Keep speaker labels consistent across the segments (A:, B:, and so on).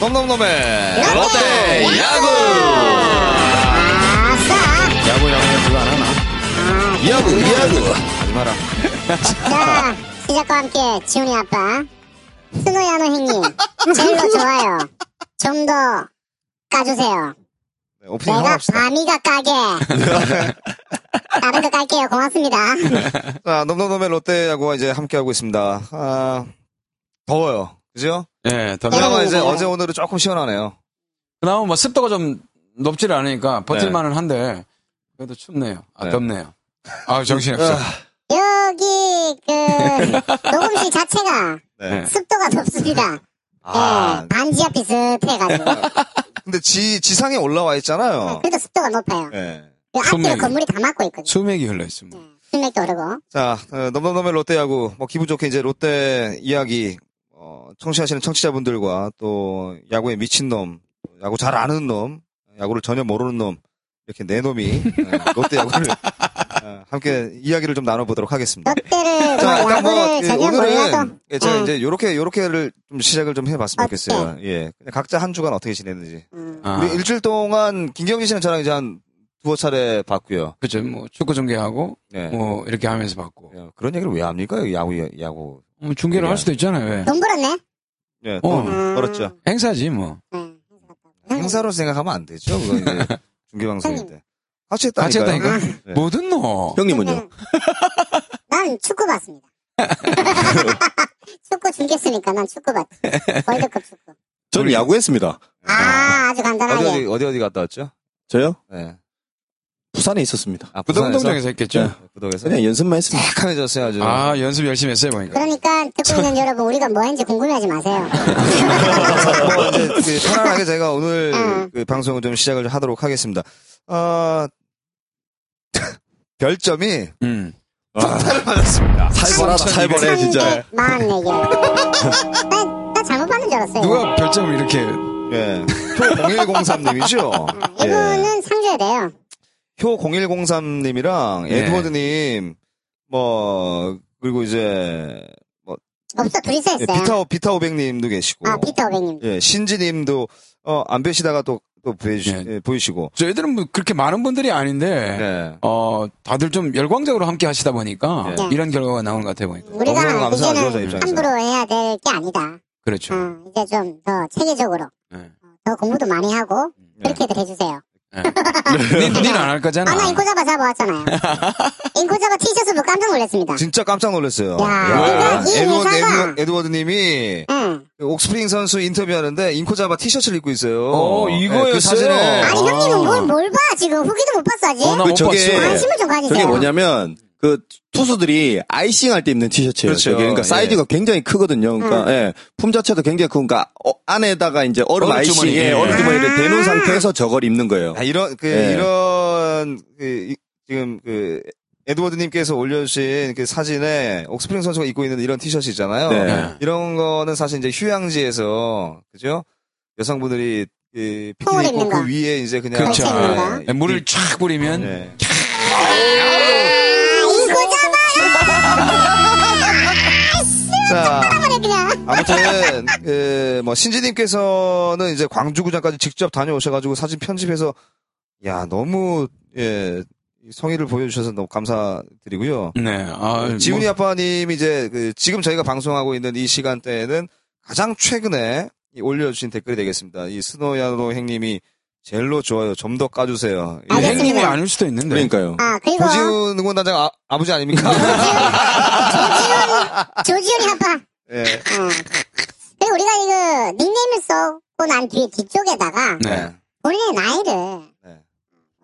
A: 넘넘넘의
B: 롯데
A: 롯데 야구!
B: 아싸!
A: 야구 영역 그거 안 하나?
C: 야구, 야구.
A: 하지 마라.
B: 자, 시작과 함께 지훈이 아빠, 스노야노 형님, 젤로 좋아요. 좀 더 까주세요.
A: 네, 오프닝 하나
B: 내가
A: 합시다.
B: 밤이가 까게.
A: 아.
B: 다른 거 깔게요. 고맙습니다.
A: 자, 넘넘넘의 롯데 야구와 이제 함께하고 있습니다. 아, 더워요. 그죠?
C: 예, 더
B: 야.
A: 그나마 이제
B: 더워요.
A: 어제 오늘은 조금 시원하네요.
C: 그나마 뭐 습도가 좀 높지를 않으니까
A: 네.
C: 버틸만은 한데 그래도 춥네요. 아,
A: 네.
C: 덥네요. 아, 정신이 없어.
B: 여기 그 녹음실 자체가
A: 네.
B: 습도가 높습니다.
A: 아,
B: 예, 반지하 비슷해가지고.
A: 근데 지, 지상에 올라와 있잖아요.
B: 그래도 습도가 높아요.
A: 어. 네.
B: 그 앞뒤로
C: 선명히.
B: 건물이 다 막고 있거든요.
C: 수맥이 흘러 있습니다.
B: 수맥도 오르고.
A: 자, 어, 넘넘넘의 롯데 야구. 뭐 기분 좋게 이제 롯데 이야기 어, 청취하시는 청취자분들과 또 야구에 미친 놈, 야구 잘 아는 놈, 야구를 전혀 모르는 놈 이렇게 네 놈이 어, 롯데 야구를 어, 함께 이야기를 좀 나눠보도록 하겠습니다.
B: 롯데를
A: 자,
B: 뭐
A: 일단 뭐
B: 야구를
A: 예,
B: 전혀 몰라도
A: 오늘은 예, 제가
B: 음.
A: 이제 요렇게 요렇게를 좀 시작을 좀 해봤으면
B: 어때?
A: 좋겠어요. 예, 그냥 각자 한 주간 어떻게 지냈는지.
B: 음,
C: 아,
A: 우리 일주일 동안 김경진 씨는 저랑 이제 한 두어 차례 봤고요.
C: 그죠. 뭐 축구 중계하고
A: 예.
C: 뭐 이렇게 하면서 받고
A: 예, 그런 얘기를 왜 합니까? 야구 야구
C: 뭐 중계를 할 수도 있잖아요. 왜?
B: 돈 벌었네.
A: 예,
C: 어.
A: 돈 벌었죠.
C: 행사지 뭐.
B: 네.
A: 음. 행사로 생각하면 안 되죠. 그건 이제 중계방송인데. 같이 했다니까요.
C: 같이 했다니까.
A: 네.
C: 뭐든 너.
B: 음. 난 축구 봤습니다. 축구 중계했으니까 난 축구 봤지. 월드컵 축구.
D: 저는
C: 우리-
D: 야구했습니다.
B: 아, 아주
A: 어디,
B: 간단하게.
A: 어디, 어디, 어디 갔다 왔죠?
D: 저요?
A: 네.
D: 부산에 있었습니다.
A: 아,
C: 부동동장에서 했겠죠.
D: 네.
A: 구독에서.
D: 그냥 연습만 했습니다.
A: 약해졌어요, 아주.
C: 아 연습 열심히 했어요 보니까.
B: 그러니까 듣고 있는 여러분 우리가 뭐 했는지 궁금해하지 마세요.
A: 뭐, 이제 그 편안하게 제가 오늘
B: 응.
A: 그 방송을 좀 시작을 좀 하도록 하겠습니다. 아, 별점이
C: 음.
A: 폭탄을 맞았습니다.
D: 살벌하다, 살벌해, 진짜.
B: 344개. 나, 나 잘못 받는 줄 알았어요.
C: 누가 별점을 이렇게
A: 예. 음. 효0103님이죠? 예.
B: 이거는 상줘야 돼요.
A: 효0103님이랑
C: 네.
A: 에드워드님, 뭐, 그리고 이제,
B: 없어, 둘이서
A: 예,
B: 했어요.
A: 비타 비타 오백님도 계시고,
B: 아, 비타 오백님.
A: 예 신지님도 어, 안 뵈시다가 또또
C: 예.
A: 보이시고,
C: 저희들은 뭐 그렇게 많은 분들이 아닌데
A: 네.
C: 어 다들 좀 열광적으로 함께 하시다 보니까
B: 네.
C: 이런 결과가 나오는 것 같아 보니까.
A: 너무너무
B: 우리가
A: 감사하죠, 저
B: 이제는
A: 입장에서.
B: 함부로 해야 될 게 아니다.
C: 그렇죠.
B: 어, 이제 좀 더 체계적으로
C: 네.
B: 더 공부도 많이 하고
A: 네.
B: 그렇게들 해주세요.
C: 니안할 거잖아.
B: 아나 인코자바 잡아왔잖아요. 인코자바 티셔츠 보고 깜짝 놀랐습니다.
A: 진짜 깜짝 놀랐어요. 예.
B: 야, 이거
C: 야.
B: 아. 이 회사가
A: 에드워드, 님이
B: 응.
A: 옥스프링 선수 인터뷰하는데 인코자바 티셔츠를 입고 있어요.
C: 어, 이거였어요?
A: 그 사진에
B: 아니
C: 아.
B: 형님은 뭘 뭘 봐? 지금 후기도 못 봤어 아직?
C: 어, 나못
D: 그 저게-
C: 봤어.
B: 관심을 좀 가지세요.
D: 저게 뭐냐면 그 투수들이 아이싱 할 때 입는 티셔츠예요.
A: 그렇죠.
D: 저게. 그러니까
A: 예.
D: 사이즈가 굉장히 크거든요. 그러니까 예. 품 자체도 굉장히 크고 그러니까 어, 안에다가 이제 얼음
C: 얼음
D: 아이싱,
C: 주머니.
D: 예,
C: 예.
D: 얼음 주머니를
B: 아.
D: 대놓은 상태에서 저걸 입는 거예요.
A: 아, 이런 그
D: 예.
A: 이런 그, 이- 지금 그 에드워드님께서 올려주신 그 사진에 옥스프링 선수가 입고 있는 이런 티셔츠 있잖아요.
D: 네.
A: 이런 거는 사실 이제 휴양지에서 그죠 여성분들이 그
B: 통을
A: 비키니 입고
B: 입는 거.
A: 그 위에 이제
B: 아,
A: 그냥 아,
C: 그렇죠.
B: 관심 있는 거.
C: 예, 물을 촥 뿌리면
A: 네.
B: 아, 인코자바! 아씨!
A: 자
B: 그래 그냥.
A: 아무튼 그, 뭐 신지님께서는 이제 광주구장까지 직접 다녀오셔가지고 사진 편집해서 야 너무 예 성의를 보여주셔서 너무 감사드리고요.
C: 네. 아,
A: 어, 지훈이
C: 뭐,
A: 아빠님 이제 그 지금 저희가 방송하고 있는 이 시간대에는 가장 최근에 이 올려주신 댓글이 되겠습니다. 이 스노야노 행님이 젤로 좋아요. 좀 더 까주세요. 예.
B: 알겠습니다.
C: 행님이 아닐 네, 수도 있는데.
D: 그러니까요.
B: 아 그리고
A: 도지훈 응원단장 아, 아버지 아닙니까?
B: 조지훈이 아빠.
A: 예.
B: 어. 그리고 우리가 이거 닉네임을 써고 난 뒤에 뒤쪽에다가
A: 예.
C: 네.
B: 본인의 나이를
A: 네.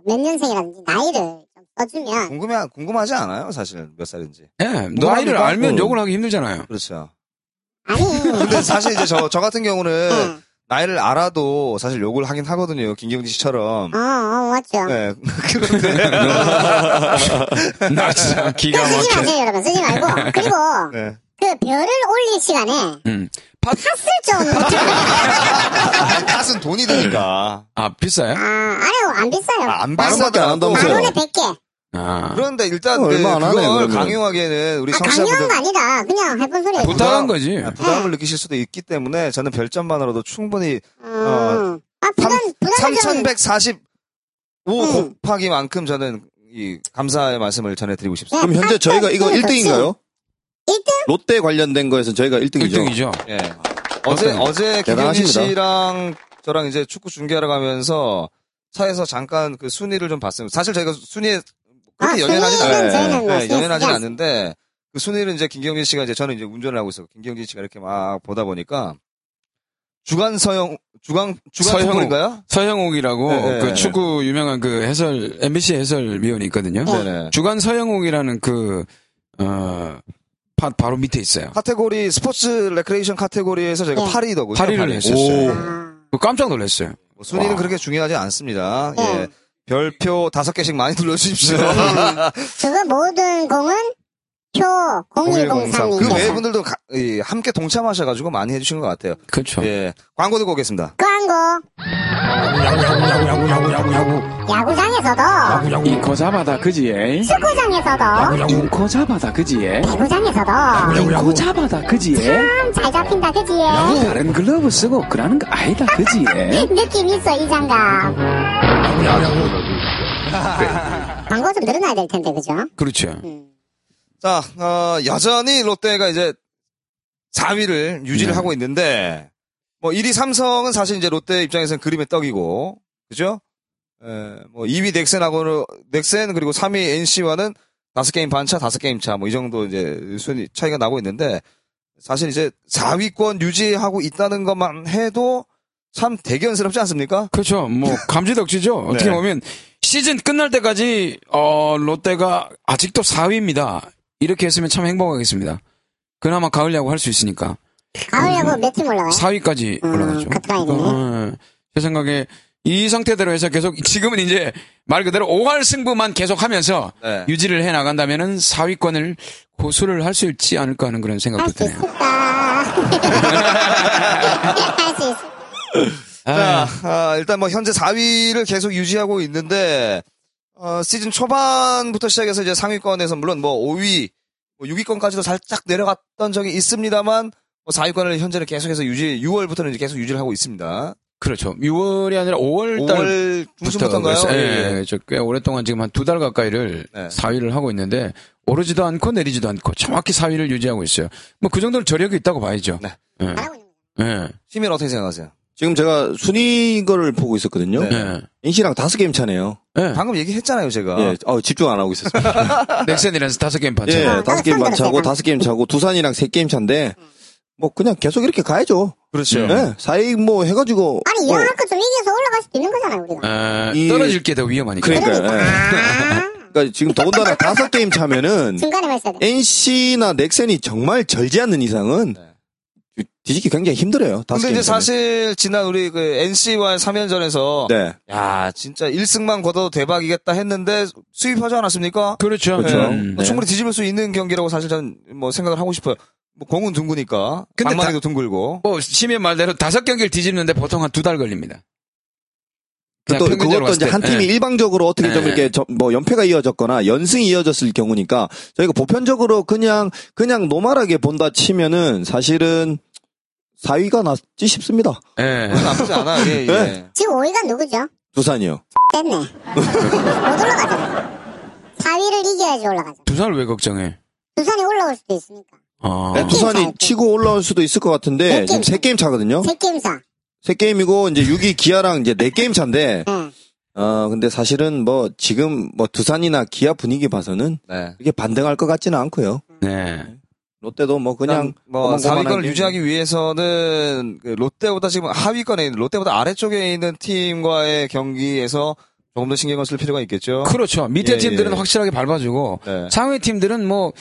B: 몇 년생이라든지 나이를 좀 써주면
A: 궁금해 궁금하지 않아요 사실 몇 살인지.
C: 예, 나이를
A: 합니까?
C: 알면
A: 음.
C: 욕을 하기 힘들잖아요.
A: 그렇죠.
B: 아니
A: 근데 사실 이제 저, 저 같은 경우는
B: 응.
A: 나이를 알아도 사실 욕을 하긴 하거든요. 김경진 씨처럼.
B: 어, 어 맞죠
A: 네. 그런데.
C: 나 진짜 기가
B: 그거 쓰지
C: 막혀.
B: 마세요 여러분 쓰지 말고 그리고
A: 네.
B: 그 별을 올릴 시간에
C: 음.
B: 팥을 좀
A: 아, 탓은 돈이 되니까.
C: 아, 비싸요?
B: 아, 아니요 안 비싸요
A: 아, 안
D: 만 원밖에 안
A: 비싸더라도.
D: 음. 한다면서요.
B: 만원에 100개
C: 아.
A: 그런데 일단
D: 어,
A: 그,
D: 얼마 안 하네,
A: 그걸
D: 그러면.
A: 강요하기에는 우리
B: 아, 강요한
A: 청취자분들
B: 거 아니다. 그냥 해본 소리예요.
A: 부-
C: 부탁한 거지.
A: 아, 부담을 느끼실 수도 있기 때문에 저는 별점만으로도 충분히
B: 음. 아, 부담, 부담을 좀.
A: 3145
B: 음.
A: 곱하기만큼 저는 이 감사의 말씀을 전해드리고 싶습니다.
D: 아, 그럼 현재 저희가 이거 1등인가요?
B: 1등?
D: 롯데 관련된 거에서 저희가 1등이죠.
C: 1등이죠.
B: 어?
A: 예. 어제
C: 맞습니다.
A: 어제 김현희
D: 대단하십니다.
A: 씨랑 저랑 이제 축구 중계하러 가면서 차에서 잠깐 그 순위를 좀 봤습니다. 사실 저희가 순위에
B: 아,
A: 그렇게 연연하진 않아요.
B: 저희는, 저희는 뭐,
A: 네, 연연하진
B: yes, yes.
A: 않는데 그 순위를 이제 김경진 씨가 이제 저는 이제 운전을 하고 있어. 김경진 씨가 이렇게 막 보다 보니까 주간 서영 주간 주간
C: 서영욱.
A: 서영인가요?
C: 서영욱이라고
A: 네, 네.
C: 그 축구 유명한 그 해설 MBC 해설위원이 있거든요.
B: 어.
A: 네네.
C: 주간 서영욱이라는 그 어, 팟 바로 밑에 있어요.
A: 카테고리 스포츠 레크레이션 카테고리에서 저희가
B: 네.
A: 8위더군요.
C: 어. 8위를
A: 오.
C: 했었어요.
B: 아.
C: 깜짝 놀랐어요.
A: 뭐 순위는
C: 와. 어.
A: 그렇게 중요하지 않습니다.
B: 네.
A: 예. 별표 다섯 개씩 많이 눌러주십시오.
C: 네.
B: 그거 모든 공은 표 0103님.
A: 그 외의 분들도 가- 이, 함께 동참하셔가지고 많이 해주신 것 같아요.
C: 그렇죠.
A: 예. 광고 듣고 오겠습니다.
B: 광고. 야구장에서도,
E: 인코 잡아다 그지에
B: 축구장에서도,
E: 인코 잡아다 그지에
B: 배구장에서도
E: 인코 잡아다 그지에
B: 참 잘 잡힌다 그지예.
E: 다른 글러브 쓰고 그러는 거 아니다 그지에
B: 느낌 있어 이 장갑. 광고 좀 늘어나야 될 텐데 그죠?
C: 그렇죠.
B: 음.
A: 자, 어, 여전히 롯데가 이제 4위를 유지를
C: 네.
A: 하고 있는데, 뭐 1위 삼성은 사실 이제 롯데 입장에서는 그림의 떡이고, 그죠? 에, 뭐 2위 넥센하고는, 넥센 그리고 3위 NC와는 5게임 반차, 5게임 차, 뭐 이 정도 이제 순위 차이가 나고 있는데, 사실 이제 4위권 유지하고 있다는 것만 해도 참 대견스럽지 않습니까?
C: 그렇죠. 뭐 감지덕지죠. 어떻게
A: 네.
C: 보면 시즌 끝날 때까지 어, 롯데가 아직도 4위입니다. 이렇게 했으면 참 행복하겠습니다. 그나마 가을 야구 할 수 있으니까
B: 가을야구 몇 팀 올라가요?
C: 4위까지
B: 음,
C: 올라가죠.
B: 가까이네.
C: 어, 제 생각에 이 상태대로 해서 계속 지금은 이제 말 그대로 5할 승부만 계속하면서
A: 네.
C: 유지를 해 나간다면은 4위권을 고수를 할 수 있지 않을까 하는 그런 생각도
B: 할 수
C: 드네요.
B: 있을까? 할 수 있을까?
A: 자,
D: 네.
A: 아, 일단 뭐 현재 4위를 계속 유지하고 있는데 어, 시즌 초반부터 시작해서 이제 상위권에서 물론 뭐 5위, 뭐 6위권까지도 살짝 내려갔던 적이 있습니다만 뭐 4위권을 현재는 계속해서 유지, 6월부터는 이제 계속 유지를 하고 있습니다.
C: 그렇죠. 6월이 아니라 5월 달
A: 5월 중순부터인가요?
C: 그래서,
A: 예,
C: 예, 저꽤 오랫동안 지금 한 두 달 가까이를
A: 네.
C: 4위를 하고 있는데 오르지도 않고 내리지도 않고 정확히 4위를 유지하고 있어요. 뭐 그 정도는 저력이 있다고 봐야죠.
A: 네.
C: 예.
B: 잘하고 있는
C: 예.
A: 시민 어떻게 생각하세요?
D: 지금 제가 순위 거를 보고 있었거든요.
A: 네.
C: 예.
D: NC랑 다섯 게임 차네요.
C: 예.
A: 방금 얘기했잖아요, 제가.
D: 예, 어, 집중 안 하고 있었습니다.
C: 넥센이랑 다섯 게임 반차.
D: 예, 다섯 게임 반 차고
B: 음.
D: 다섯 게임 차고 두산이랑 세 게임 차인데 뭐 그냥 계속 이렇게 가야죠.
A: 그렇죠.
C: 음.
D: 예, 사이 뭐 해가지고
B: 아니
D: 뭐,
B: 여하껏 좀 이겨서 올라갈 수도 있는 거잖아요 우리가.
C: 예,
D: 이-
C: 떨어질 게 더 위험하니까.
D: 그러니까요. 예.
B: 아,
D: 그러니까 지금 더군다나 다섯 게임 차면은
B: 중간에만 있어야 돼.
D: NC나 넥센이 정말 절지 않는 이상은 뒤집기 굉장히 힘들어요. 다섯
A: 네. 근데
D: 게임
A: 이제
D: 차면.
A: 사실 지난 우리 그 NC와의 3연전에서
D: 네.
A: 야, 진짜 1승만 거둬도 대박이겠다 했는데 수입하지 않았습니까?
C: 그렇죠.
D: 그렇죠.
A: 예.
C: 음.
A: 뭐 충분히 뒤집을 수 있는 경기라고 사실 저는 뭐 생각을 하고 싶어요. 뭐 공은 둥그니까.
C: 근데
A: 방망이도 둥글고.
C: 뭐 시민 말대로 다섯 경기를 뒤집는데 보통 한 두 달 걸립니다. 그냥
D: 또
C: 평균적으로
D: 그것도
C: 봤을
D: 이제
C: 때.
D: 한 팀이
A: 네.
C: 예.
D: 일방적으로 어떻게 좀
C: 예.
D: 이렇게 저- 뭐 연패가 이어졌거나 연승이 이어졌을 경우니까 저희가 보편적으로 그냥 그냥 노멀하게 본다 치면은 사실은 4위가 낫지 싶습니다.
C: 예.
A: 나쁘지 않아. 예, 예.
D: 네.
B: 지금 5위가 누구죠?
D: 두산이요.
B: 됐네. 못 올라가잖아. 4위를 이겨야지 올라가죠.
C: 두산을 왜 걱정해?
B: 두산이 올라올 수도 있으니까.
C: 아.
D: 네, 두산이 치고 올라올 수도 있을 것 같은데
B: 세
D: 지금
B: 게임.
D: 세 게임 차거든요.
B: 세 게임사.
D: 세 게임이고 이제 6위 기아랑 이제 네 게임 차인데
B: 응.
D: 어 근데 사실은 뭐 지금 뭐 두산이나 기아 분위기 봐서는
A: 네.
D: 그게 반등할 것 같지는 않고요.
C: 네.
D: 롯데도 뭐 그냥
A: 그냥 뭐
D: 고만고만하게.
A: 4위권을 유지하기 위해서는 그 롯데보다 지금 하위권에 있는 롯데보다 아래쪽에 있는 팀과의 경기에서 조금 더 신경을 쓸 필요가 있겠죠.
C: 그렇죠. 밑에
A: 예, 예.
C: 팀들은 확실하게 밟아주고
A: 네.
C: 상위 팀들은 뭐,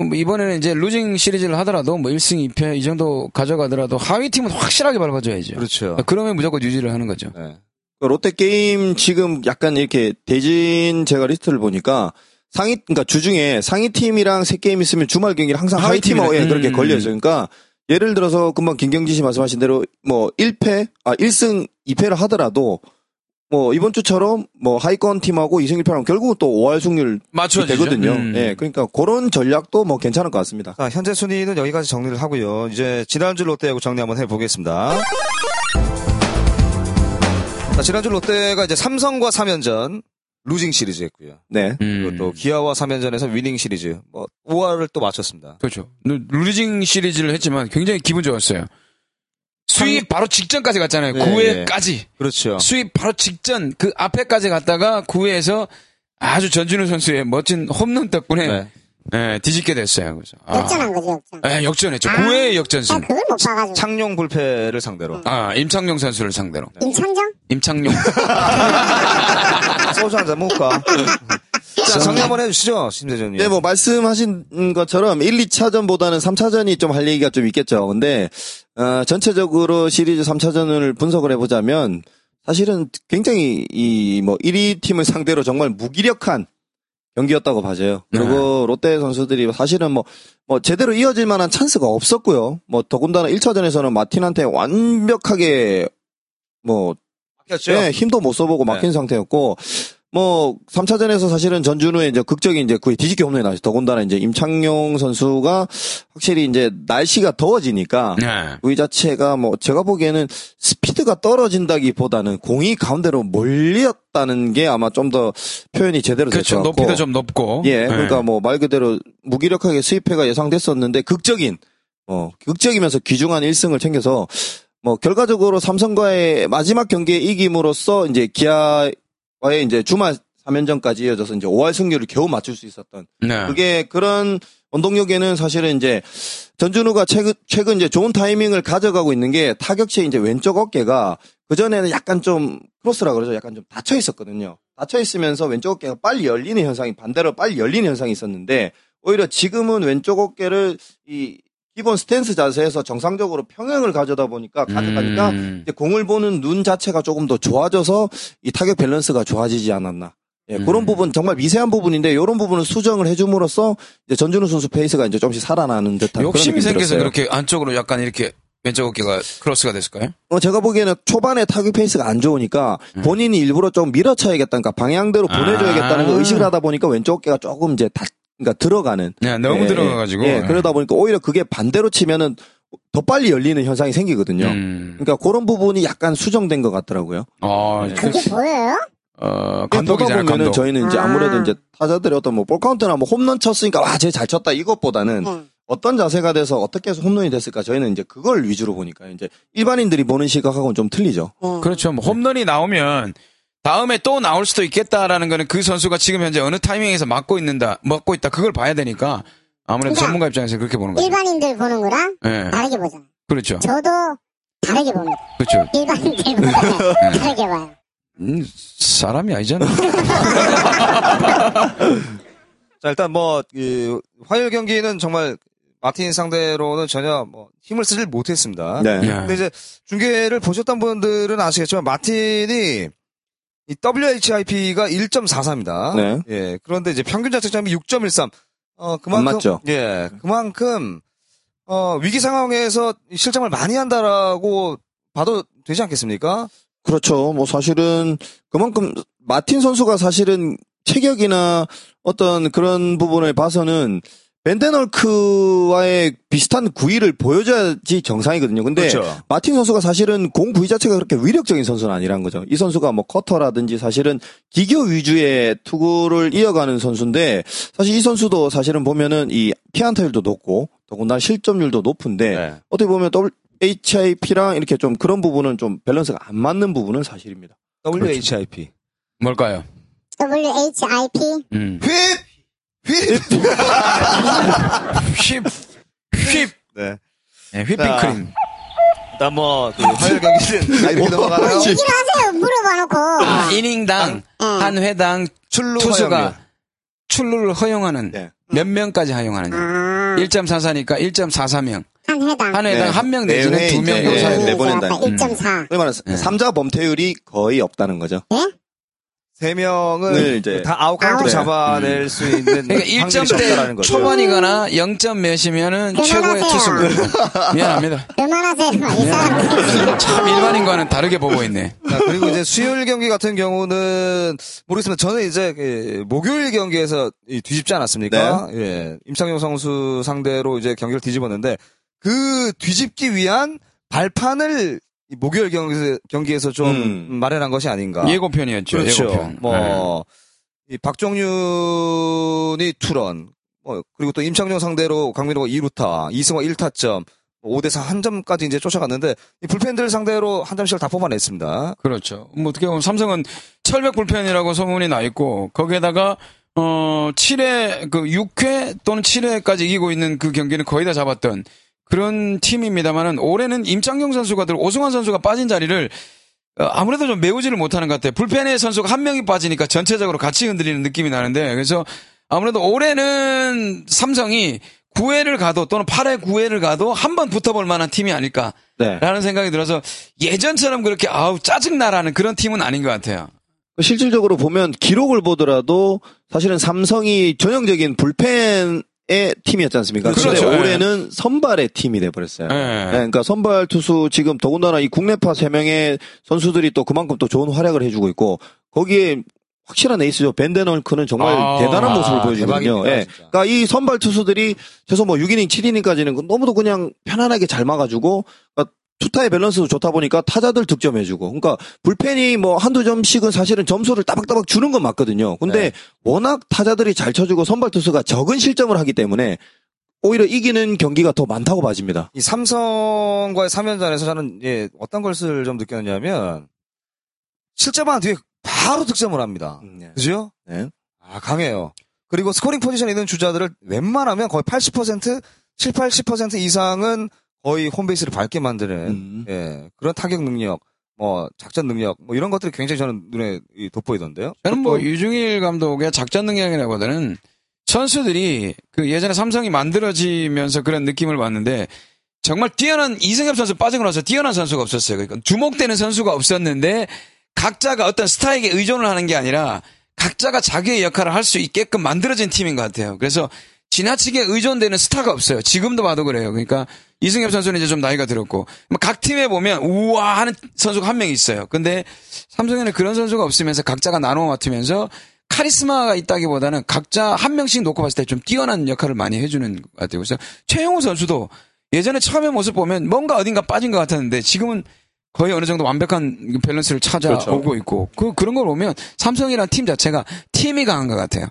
C: 뭐 이번에는 이제 루징 시리즈를 하더라도 뭐 1승 2패 이 정도 가져가더라도 하위 팀은 확실하게 밟아줘야죠.
A: 그렇죠.
C: 러면 무조건 유지를 하는 거죠.
A: 네.
D: 그 롯데 게임 지금 약간 이렇게 대진 제가 리스트를 보니까 상위 그러니까 주중에 상위 팀이랑 세 게임 있으면 주말 경기를 항상
C: 하위
D: 하위 팀하고
C: 팀이네.
D: 예, 그렇게
C: 음.
D: 걸려 있어요. 그러니까 예를 들어서 금방 김경진 씨 말씀하신 대로 뭐 1패 아 1승 2패를 하더라도 뭐 이번 주처럼 뭐 하위권 팀하고 이승일 패하면 결국은 또 5할 승률
C: 맞춰야
D: 되거든요.
C: 음.
A: 음.
D: 예, 그러니까 그런 전략도 뭐 괜찮을 것 같습니다.
A: 자, 현재 순위는 여기까지 정리를 하고요. 이제 지난주 롯데하고 정리 한번 해보겠습니다. 자, 지난주 롯데가 이제 삼성과 3연전 루징 시리즈 했고요.
D: 네.
C: 음.
A: 그리고 또 기아와 3연전에서 위닝 시리즈 뭐 5화를 또 맞췄습니다.
C: 그렇죠. 루- 루리징 시리즈를 했지만 굉장히 기분 좋았어요. 수입 바로 직전까지 갔잖아요.
A: 네,
C: 9회까지.
A: 그렇죠.
C: 수입 바로 직전 그 앞에까지 갔다가 9회에서 아주 전준우 선수의 멋진 홈런 덕분에
A: 네.
C: 예, 뒤집게 됐어요. 그래서 아.
B: 역전한 거지 역전.
C: 예, 역전했죠. 9회의
B: 나
C: 역전승.
B: 그걸 못 봐가지고.
A: 창룡 불패를 상대로
C: 아, 임창용 선수를 상대로.
D: 네.
B: 임창정?
C: 임창용.
D: 아,
A: 소주 한잔 먹을까? 자, 정리 한번 해주시죠, 심재전님.
D: 네, 뭐 말씀하신 것처럼 1, 2차전보다는 3차전이 좀 할 얘기가 좀 있겠죠. 근데 어, 전체적으로 시리즈 3차전을 분석을 해보자면 사실은 굉장히 이 뭐 1위 팀을 상대로 정말 무기력한 경기였다고 봐져요. 그리고 롯데 선수들이 사실은 뭐, 뭐 제대로 이어질 만한 찬스가 없었고요. 뭐 더군다나 1차전에서는 마틴한테 완벽하게 뭐
A: 바뀌었죠?
C: 그렇죠.
D: 예, 힘도 못 써보고 막힌
C: 네.
D: 상태였고, 뭐, 3차전에서 사실은 전준우의 이제 극적인 이제 거의 뒤집기 홈런이 나왔죠. 더군다나 이제 임창용 선수가 확실히 이제 날씨가 더워지니까,
C: 네.
D: 의 자체가 뭐, 제가 보기에는 스피드가 떨어진다기 보다는 공이 가운데로 몰렸다는 게 아마 좀 더 표현이 제대로 될 것
C: 그렇죠.
D: 같고.
C: 높이도 좀 높고.
D: 예, 그러니까
C: 예.
D: 뭐 말 그대로 무기력하게 수입회가 예상됐었는데 극적인 어 극적이면서 귀중한 1승을 챙겨서 뭐 결과적으로 삼성과의 마지막 경기에 이김으로써 이제 기아와의 이제 주말 3연전까지 이어져서 이제 5할 승률을 겨우 맞출 수 있었던
C: 네.
D: 그게 그런 원동력에는 사실은 이제 전준우가 최근 최근 이제 좋은 타이밍을 가져가고 있는 게 타격체 이제 왼쪽 어깨가 그 전에는 약간 좀 크로스라 그러죠. 약간 좀 닫혀 있었거든요. 닫혀 있으면서 왼쪽 어깨가 빨리 열리는 현상이 반대로 빨리 열리는 현상이 있었는데 오히려 지금은 왼쪽 어깨를 이 기본 스탠스 자세에서 정상적으로 평행을 가져다 보니까 가져가니까
C: 음.
D: 이제 공을 보는 눈 자체가 조금 더 좋아져서 이 타격 밸런스가 좋아지지 않았나. 예, 그런
C: 음.
D: 부분 정말 미세한 부분인데 이런 부분을 수정을 해줌으로써 이제 전준우 선수 페이스가 이제 조금씩 살아나는 듯한
C: 욕심이
D: 그런 느낌이
C: 생겨서
D: 들었어요.
C: 그렇게 안쪽으로 약간 이렇게 왼쪽 어깨가 크로스가 됐을까요?
D: 어, 제가 보기에는 초반에 타격 페이스가 안 좋으니까 본인이 일부러 좀 밀어쳐야겠다는 까 방향대로 보내줘야겠다는
C: 음.
D: 걸
C: 아.
D: 의식을 하다 보니까 왼쪽 어깨가 조금 이제 다 그러니까 들어가는
C: 네, 너무
D: 예,
C: 들어가가지고. 음.
D: 예, 그러다 보니까 오히려 그게 반대로 치면은 더 빨리 열리는 현상이 생기거든요.
C: 음.
D: 그러니까 그런 부분이 약간 수정된 것 같더라고요.
C: 아,
B: 그게 보여요?
C: 어,
D: 예, 보다
C: 감독이잖아요,
D: 보면은
C: 감독.
D: 저희는 이제
B: 아.
D: 아무래도 이제 타자들이 어떤 뭐 볼카운트나 뭐 홈런 쳤으니까 와, 쟤 잘 쳤다 이것보다는
B: 응.
D: 어떤 자세가 돼서 어떻게 해서 홈런이 됐을까 저희는 이제 그걸 위주로 보니까 이제 일반인들이 보는 시각하고는 좀 틀리죠.
B: 응.
C: 그렇죠. 뭐 홈런이 나오면 다음에 또 나올 수도 있겠다라는 거는 그 선수가 지금 현재 어느 타이밍에서 맞고 있는다, 맞고 있다 그걸 봐야 되니까 아무래도
B: 그러니까
C: 전문가 입장에서 그렇게 보는 거죠.
B: 일반인들 보는 거랑
C: 예,
B: 다르게 보잖아.
C: 그렇죠,
B: 저도 다르게 봅니다.
C: 그렇죠.
B: 일반인들보다 다르게 봐요.
C: 음, 사람이 아니잖아.
A: 자, 일단 뭐, 그, 화요일 경기는 정말 마틴 상대로는 전혀 뭐 힘을 쓰질 못했습니다.
D: 네.
A: 근데
C: 예.
A: 이제 중계를 보셨던 분들은 아시겠지만 마틴이 이 WHIP가 1.43이다.
D: 네.
A: 예. 그런데 이제 평균 자책점이 6.13. 어, 그만큼
D: 안 맞죠?
A: 예. 그만큼 어, 위기 상황에서 실점을 많이 한다라고 봐도 되지 않겠습니까?
D: 그렇죠. 뭐 사실은 그만큼 마틴 선수가 사실은 체격이나 어떤 그런 부분을 봐서는 벤데널크와의 비슷한 구위를 보여줘야지 정상이거든요. 근데
A: 그렇죠.
D: 마틴 선수가 사실은 공 부위 자체가 그렇게 위력적인 선수는 아니란 거죠. 이 선수가 뭐 커터라든지 사실은 기교 위주의 투구를 이어가는 선수인데 사실 이 선수도 사실은 보면은 이 피안타율도 높고 더군다나 실점률도 높은데
A: 네.
D: 어떻게 보면 WHIP랑 이렇게 좀 그런 부분은 좀 밸런스가 안 맞는 부분은 사실입니다. 그렇죠.
A: WHIP.
C: 뭘까요?
B: WHIP?
C: 음.
A: 휩! 휩!
C: 휩, 휩,
A: 네.
C: 예, 휘핑크림.
A: 일단 뭐, 그 화요일 경기는 아, 이렇게 넘어가나요?
B: 얘기를 하세요. 물어봐
C: 아,
B: 놓고.
C: 이닝당 한 회당
A: 출루
C: 투수가
A: 허용이요.
C: 출루를 허용하는
D: 네.
C: 몇 명까지 허용하느냐.
B: 아,
C: 1.44니까 1.44명.
B: 한 회당.
C: 한 회당 음.
D: 네.
C: 한 명 내지는
D: 네,
C: 두 명
D: 이제,
C: 정도
D: 네,
C: 사용.
D: 내보낸다.
B: 1.4.
D: 그러면 삼자 범퇴율이 거의 없다는 거죠.
B: 예?
A: 세 명을
D: 네, 이제.
A: 다 아웃 카운트로
D: 네.
A: 잡아낼 수 있는
C: 그러니까
A: 확률이
C: 1점대
A: 적다라는 네. 거죠.
C: 초반이거나 0점 몇이면은 최고의
B: 그만하세요.
C: 투수입니다. 미안합니다.
B: 그만하세요. 이
C: 음.
B: 사람 진짜.
C: 참 일반인과는 다르게 보고 있네.
A: 자, 그리고 이제 수요일 경기 같은 경우는 모르겠습니다. 저는 이제 그 목요일 경기에서 이 뒤집지 않았습니까?
C: 네.
A: 예. 임창용 선수 상대로 이제 경기를 뒤집었는데 그 뒤집기 위한 발판을 이 목요일 경기에서, 경기에서 좀
D: 음.
A: 마련한 것이 아닌가. 네, 그렇죠.
C: 예고편이었죠. 예고편. 네.
A: 뭐, 이 박종윤이 투런, 뭐, 그리고 또 임창용 상대로 강민호가 2루타, 이승화 1타점, 뭐 5대4 한 점까지 이제 쫓아갔는데, 이 불펜들 상대로 한 점씩을 다 뽑아냈습니다.
C: 그렇죠. 뭐 어떻게 보면 삼성은 철벽 불펜이라고 소문이 나 있고 거기에다가 어 7회 그 6회 또는 7회까지 이기고 있는 그 경기는 거의 다 잡았던 그런 팀입니다만은 올해는 임창용 선수가 들 오승환 선수가 빠진 자리를 어, 아무래도 좀 메우지를 못하는 것 같아요. 불펜의 선수가 한 명이 빠지니까 전체적으로 같이 흔들리는 느낌이 나는데 그래서 아무래도 올해는 삼성이 9회를 가도 또는 8회 9회를 가도 한 번 붙어볼 만한 팀이 아닐까
D: 네.
C: 라는 생각이 들어서 예전처럼 그렇게 아우 짜증나라는 그런 팀은 아닌 것 같아요.
D: 실질적으로 보면 기록을 보더라도 사실은 삼성이 전형적인 불펜의 팀이었지 않습니까?
C: 그렇죠.
D: 근데
C: 예.
D: 올해는 선발의 팀이 돼버렸어요.
C: 예.
D: 네, 그러니까 선발 투수 지금 더군다나 이 국내파 세 명의 선수들이 또 그만큼 또 좋은 활약을 해주고 있고 거기에 확실한 에이스죠. 벤데널크는 정말
C: 아,
D: 대단한
C: 아,
D: 모습을 보여주거든요.
A: 대박입니다,
D: 예.
A: 진짜.
D: 그러니까 이 선발 투수들이 최소 뭐 6이닝, 7이닝까지는 너무도 그냥 편안하게 잘 막아주고 그러니까 투타의 밸런스도 좋다 보니까 타자들 득점해주고 그러니까 불펜이 뭐 한두 점씩은 사실은 점수를 따박따박 주는 건 맞거든요.
A: 네.
D: 근데 워낙 타자들이 잘 쳐주고 선발 투수가 적은 실점을 하기 때문에 오히려 이기는 경기가 더 많다고 봐집니다.
A: 이 삼성과의 3연전에서 저는 예, 어떤 것을 좀 느꼈냐면 실점한 뒤에 바로 득점을 합니다. 그죠?
D: 네.
A: 아, 강해요. 그리고 스코링 포지션에 있는 주자들을 웬만하면 거의 80%, 7, 80% 이상은 거의 홈베이스를 밝게 만드는
D: 음.
A: 예, 그런 타격 능력, 뭐 작전 능력, 뭐 이런 것들이 굉장히 저는 눈에 이, 돋보이던데요.
C: 저는 뭐
A: 또-
C: 유중일 감독의 작전 능력이라고는 선수들이 그 예전에 삼성이 만들어지면서 그런 느낌을 봤는데 정말 뛰어난 이승엽 선수 빠지고 나서 뛰어난 선수가 없었어요. 그러니까 주목되는 선수가 없었는데 각자가 어떤 스타에게 의존을 하는 게 아니라 각자가 자기의 역할을 할 수 있게끔 만들어진 팀인 것 같아요. 그래서 지나치게 의존되는 스타가 없어요. 지금도 봐도 그래요. 그러니까 이승엽 선수는 이제 좀 나이가 들었고 뭐각 팀에 보면 우와 하는 선수가 한 명 있어요. 근데 삼성에는 그런 선수가 없으면서 각자가 나눠 맡으면서 카리스마가 있다기보다는 각자 한 명씩 놓고 봤을 때 좀 뛰어난 역할을 많이 해주는 것 같아요. 그래서 최용우 선수도 예전에 처음에 모습 보면 뭔가 어딘가 빠진 것 같았는데 지금은 거의 어느 정도 완벽한 밸런스를
A: 그렇죠.
C: 찾아오고 있고 그 그런 걸 보면 삼성이란 팀 자체가 팀이 강한 것 같아요.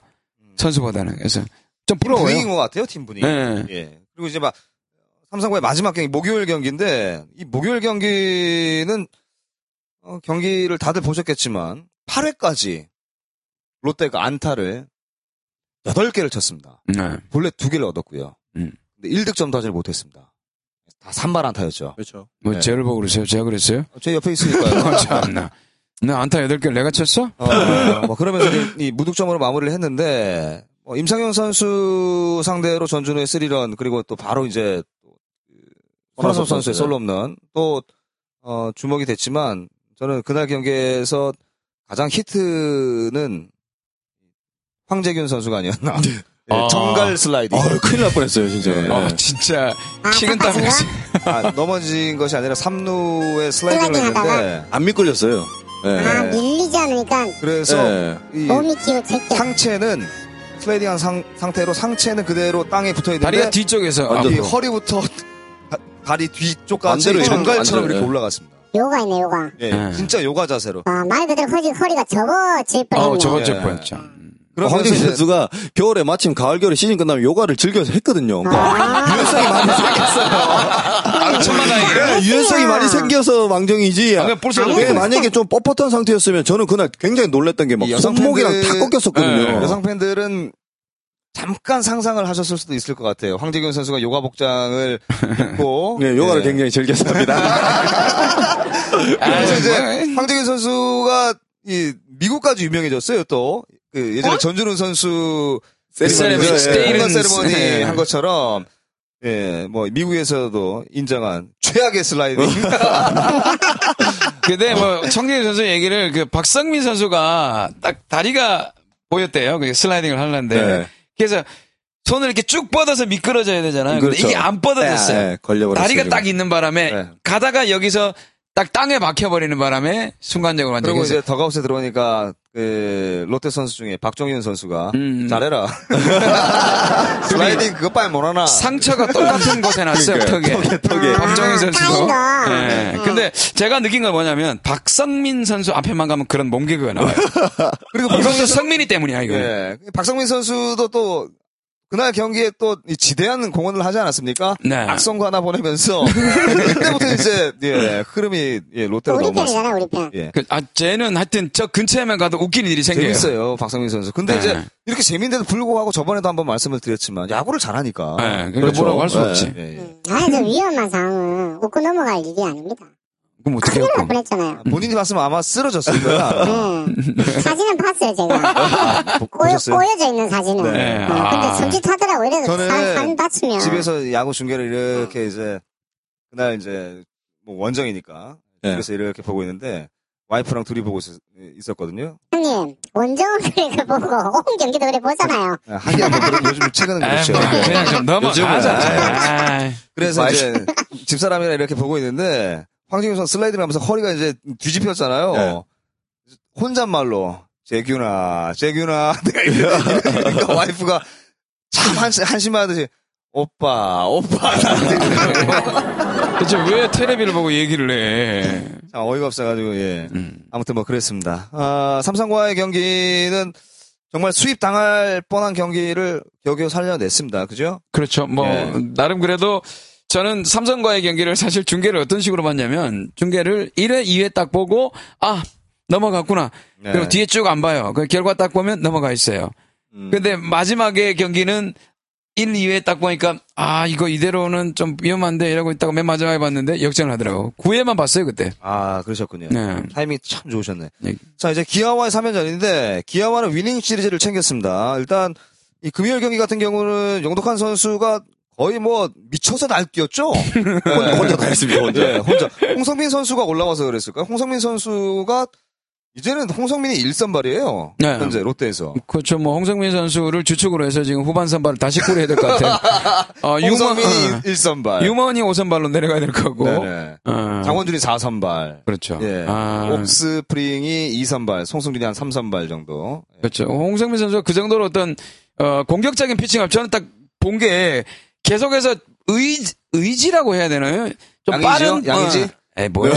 C: 선수보다는 그래서 좀
A: 분위기인
C: 부러워요.
A: 것 같아요, 팀 분위기.
C: 네.
A: 예. 그리고 이제 막 삼성과의 마지막 경기 목요일 경기인데 이 목요일 경기는 어, 경기를 다들 보셨겠지만 8회까지 롯데가 안타를 8개를 쳤습니다.
C: 네.
A: 본래 2개를 얻었고요.
C: 음.
A: 근데 1득점도 하지 못했습니다. 다 3발 안타였죠.
D: 그렇죠.
C: 뭐
A: 네.
C: 쟤를 보고 그러세요? 제가 그랬어요?
A: 제 옆에 있으니까요.
C: 어, 참나. 나 안타 8개를 내가 쳤어?
A: 어, 뭐 그러면서 이, 이 무득점으로 마무리를 했는데 어, 임상용 선수 상대로 전준우의 스리런 그리고 또 바로 이제 손아섭 선수의 솔로 홈런 또 어, 주목이 됐지만 저는 그날 경기에서 가장 히트는 황재균 선수가 아니었나 예,
C: 아.
A: 정갈 슬라이딩
D: 아, 큰일 날 뻔했어요, 진짜. 아,
A: 네.
C: 어, 진짜 식은땀이 났어.
A: 아, 넘어진 것이 아니라 3루에 슬라이딩을
B: 슬라이딩
A: 했는데
D: 안 미끌렸어요. 예.
C: 네.
B: 아, 밀리지 않으니까
C: 음.
A: 그래서
D: 예.
A: 이
B: 몸이 기고 제끼.
A: 상체는 슬라이딩한 상, 상태로 상체는 그대로 땅에 붙어
C: 다리가
A: 있는데
C: 뒤쪽에서 아,
A: 이
C: 앞으로.
A: 허리부터 다- 다리 뒤쪽까지
D: 반대로 이렇게,
A: 정갈처럼
D: 반대로,
A: 이렇게
D: 예.
A: 올라갔습니다.
B: 요가 있네, 요가.
A: 예,
C: 예.
A: 진짜 요가
D: 어,
A: 자세로.
B: 아, 말 그대로 허리, 허리가 접어질 뻔했네.
C: 어, 저번
A: 예.
C: 주에 보였죠.
D: 황진
A: 이제
D: 선수가 겨울에 마침 가을 겨울에 시즌 끝나면 요가를 즐겨서 했거든요.
B: 아,
D: 유연성이 많이
C: 아, 천만 다행이에요.
D: 생겨. 유연성이 많이 생겨서 망정이지.
C: 아, 그냥 볼살을
D: 그게
C: 빼고
D: 만약에 좀 뻣뻣한 상태였으면 저는 그날 굉장히 놀랬던 게 막
A: 이 여성
D: 손목이랑 다
A: 팬들-
D: 꺾였었거든요.
C: 예.
A: 여성 팬들은 잠깐 상상을 하셨을 수도 있을 것 같아요. 황재균 선수가 요가 복장을 입고
D: 네, 요가를
A: 예.
D: 굉장히 즐겨서 합니다.
A: 그래서 이제
C: 아유,
A: 황재균 선수가 이 미국까지 유명해졌어요. 또 그 예전에 전준훈 선수
C: 어?
A: 예,
C: 세리머니,
A: 세리머니,
C: 스테이른스.
A: 세리머니
C: 네.
A: 한 것처럼 예, 뭐 미국에서도 인정한 최악의 슬라이딩.
C: 음. 근데 뭐 청재희 선수 얘기를 그 박성민 선수가 딱 다리가 보였대요. 그 슬라이딩을 하려는데
D: 네.
C: 그래서 손을 이렇게 쭉 뻗어서 미끄러져야 되잖아요. 근데
D: 그렇죠.
C: 이게 안 뻗어졌어요.
D: 예, 예, 걸려버렸어요.
C: 다리가
D: 지금.
C: 딱 있는 바람에
A: 네.
C: 가다가 여기서 딱 땅에 박혀버리는 바람에 순간적으로 완전
A: 그리고
C: 히
A: 이제 더가웃에 들어오니까 그 롯데 선수 중에 박종현 선수가
C: 음, 음.
A: 잘해라. 슬라이딩 그것 빨리 못하나.
C: 상처가 똑같은 곳에 났어요 턱에. 음,
D: 턱에.
C: 박정희 선수도.
B: 아, 다행이다.
C: 예. 근데 제가 느낀 건 뭐냐면 박성민 선수 앞에만 가면 그런 몸개그가 나와요.
A: 그리고
C: 이것도
A: 박성민
C: 성민이 때문이야 이거.
A: 예. 박성민 선수도 또 그날 경기에 또이 지대한 공헌을 하지 않았습니까?
C: 네.
A: 악성과 하나 보내면서 그때부터 이제 예, 흐름이 예, 롯데로
B: 우리
A: 넘어왔어요.
B: 편이잖아, 우리 편.
A: 예.
C: 그, 아, 쟤는 하여튼 저 근처에만 가도 웃기는 일이 생겨요.
A: 재밌어요, 박성민 선수. 근데
C: 네.
A: 이제 이렇게 재밌는데도 불구하고 저번에도 한번 말씀을 드렸지만 야구를 잘하니까.
C: 예, 그러니까
D: 그렇죠.
C: 뭐라고 할 수
D: 예.
C: 없지.
A: 예, 예.
B: 음. 아, 저 위험한 상황은 웃고 넘어갈 일이 아닙니다.
C: 그럼 어떻게
B: 큰일 날
C: 할까?
B: 뻔했잖아요.
A: 본인이 봤으면 아마 쓰러졌을 거야. 아,
B: 네. 사진은 봤어요, 제가.
A: 보-
B: 꼬여,
A: 어. 보셨어요?
B: 져 있는 사진은.
C: 네.
B: 어,
C: 아.
B: 근데 섬찟하더라고. 이래서
A: 저는
B: 사- 사진 봤으면.
A: 집에서 야구 중계를 이렇게 이제 그날 이제 뭐 원정이니까
D: 예.
A: 집에서 이렇게 보고 있는데 와이프랑 둘이 보고 있- 있었거든요.
B: 형님, 원정을 그래 보고, 온 경기도 그래 보잖아요.
A: 아, 하긴 뭐 요즘 최근은 그렇죠.
C: 에이, 뭐, 그냥 좀 넘어가자.
A: 요즘은,
C: 아이.
A: 그래서 이제 집사람이랑 이렇게 보고 있는데 황진규 선수 슬라이드를 하면서 허리가 이제 뒤집혔잖아요.
D: 네.
A: 혼잣말로 재규나 재규나 내가 이러니까 와이프가 참 한심, 한심하듯이 오빠 오빠
C: 대체 왜 테레비를 보고 얘기를 해?
A: 참 아, 어이가 없어가지고 예.
C: 음.
A: 아무튼 뭐 그랬습니다. 아, 삼성과의 경기는 정말 수입 당할 뻔한 경기를 겨겨 살려냈습니다. 그죠?
C: 그렇죠. 뭐
A: 예.
C: 나름 그래도 저는 삼성과의 경기를 사실 중계를 어떤 식으로 봤냐면 중계를 1회, 2회 딱 보고 아 넘어갔구나.
A: 네.
C: 그리고 뒤에 쭉 안 봐요. 그 결과 딱 보면 넘어가 있어요.
D: 음.
C: 근데 마지막에 경기는 1, 2회 딱 보니까 아 이거 이대로는 좀 위험한데 이러고 있다가 맨 마지막에 봤는데 역전을 하더라고. 9회만 봤어요 그때.
A: 아, 그러셨군요.
C: 네.
A: 타이밍 참 좋으셨네.
C: 네.
A: 자, 이제 기아와의 3연전인데, 기아와는 위닝 시리즈를 챙겼습니다. 일단, 이 금요일 경기 같은 경우는 영덕한 선수가 거의 뭐 미쳐서 날뛰었죠?
D: 혼자, 혼자 다 했습니다, 혼자.
A: 네, 혼자. 홍성민 선수가 올라와서 그랬을까요? 홍성민 선수가 이제는 홍성민이 일선발이에요
C: 네.
A: 현재 롯데에서.
C: 그렇죠. 뭐 홍성민 선수를 주축으로 해서 지금 후반 선발을 다시 꾸려야 될 것 같아요. 어,
A: 홍성민이
C: 유먼,
A: 일선발
C: 유먼이 5선발로 내려가야 될 거고.
A: 네네.
C: 어.
A: 장원준이 4선발.
C: 그렇죠.
A: 예.
C: 아,
A: 옥스프링이 2선발, 송승준이 한 3선발 정도.
C: 그렇죠. 홍성민 선수가 그 정도로 어떤 어, 공격적인 피칭을 저는 딱 본 게 계속해서 의 의지라고 해야 되나요? 좀
A: 양의지요?
C: 빠른
A: 양의지?
C: 어, 에 뭐야?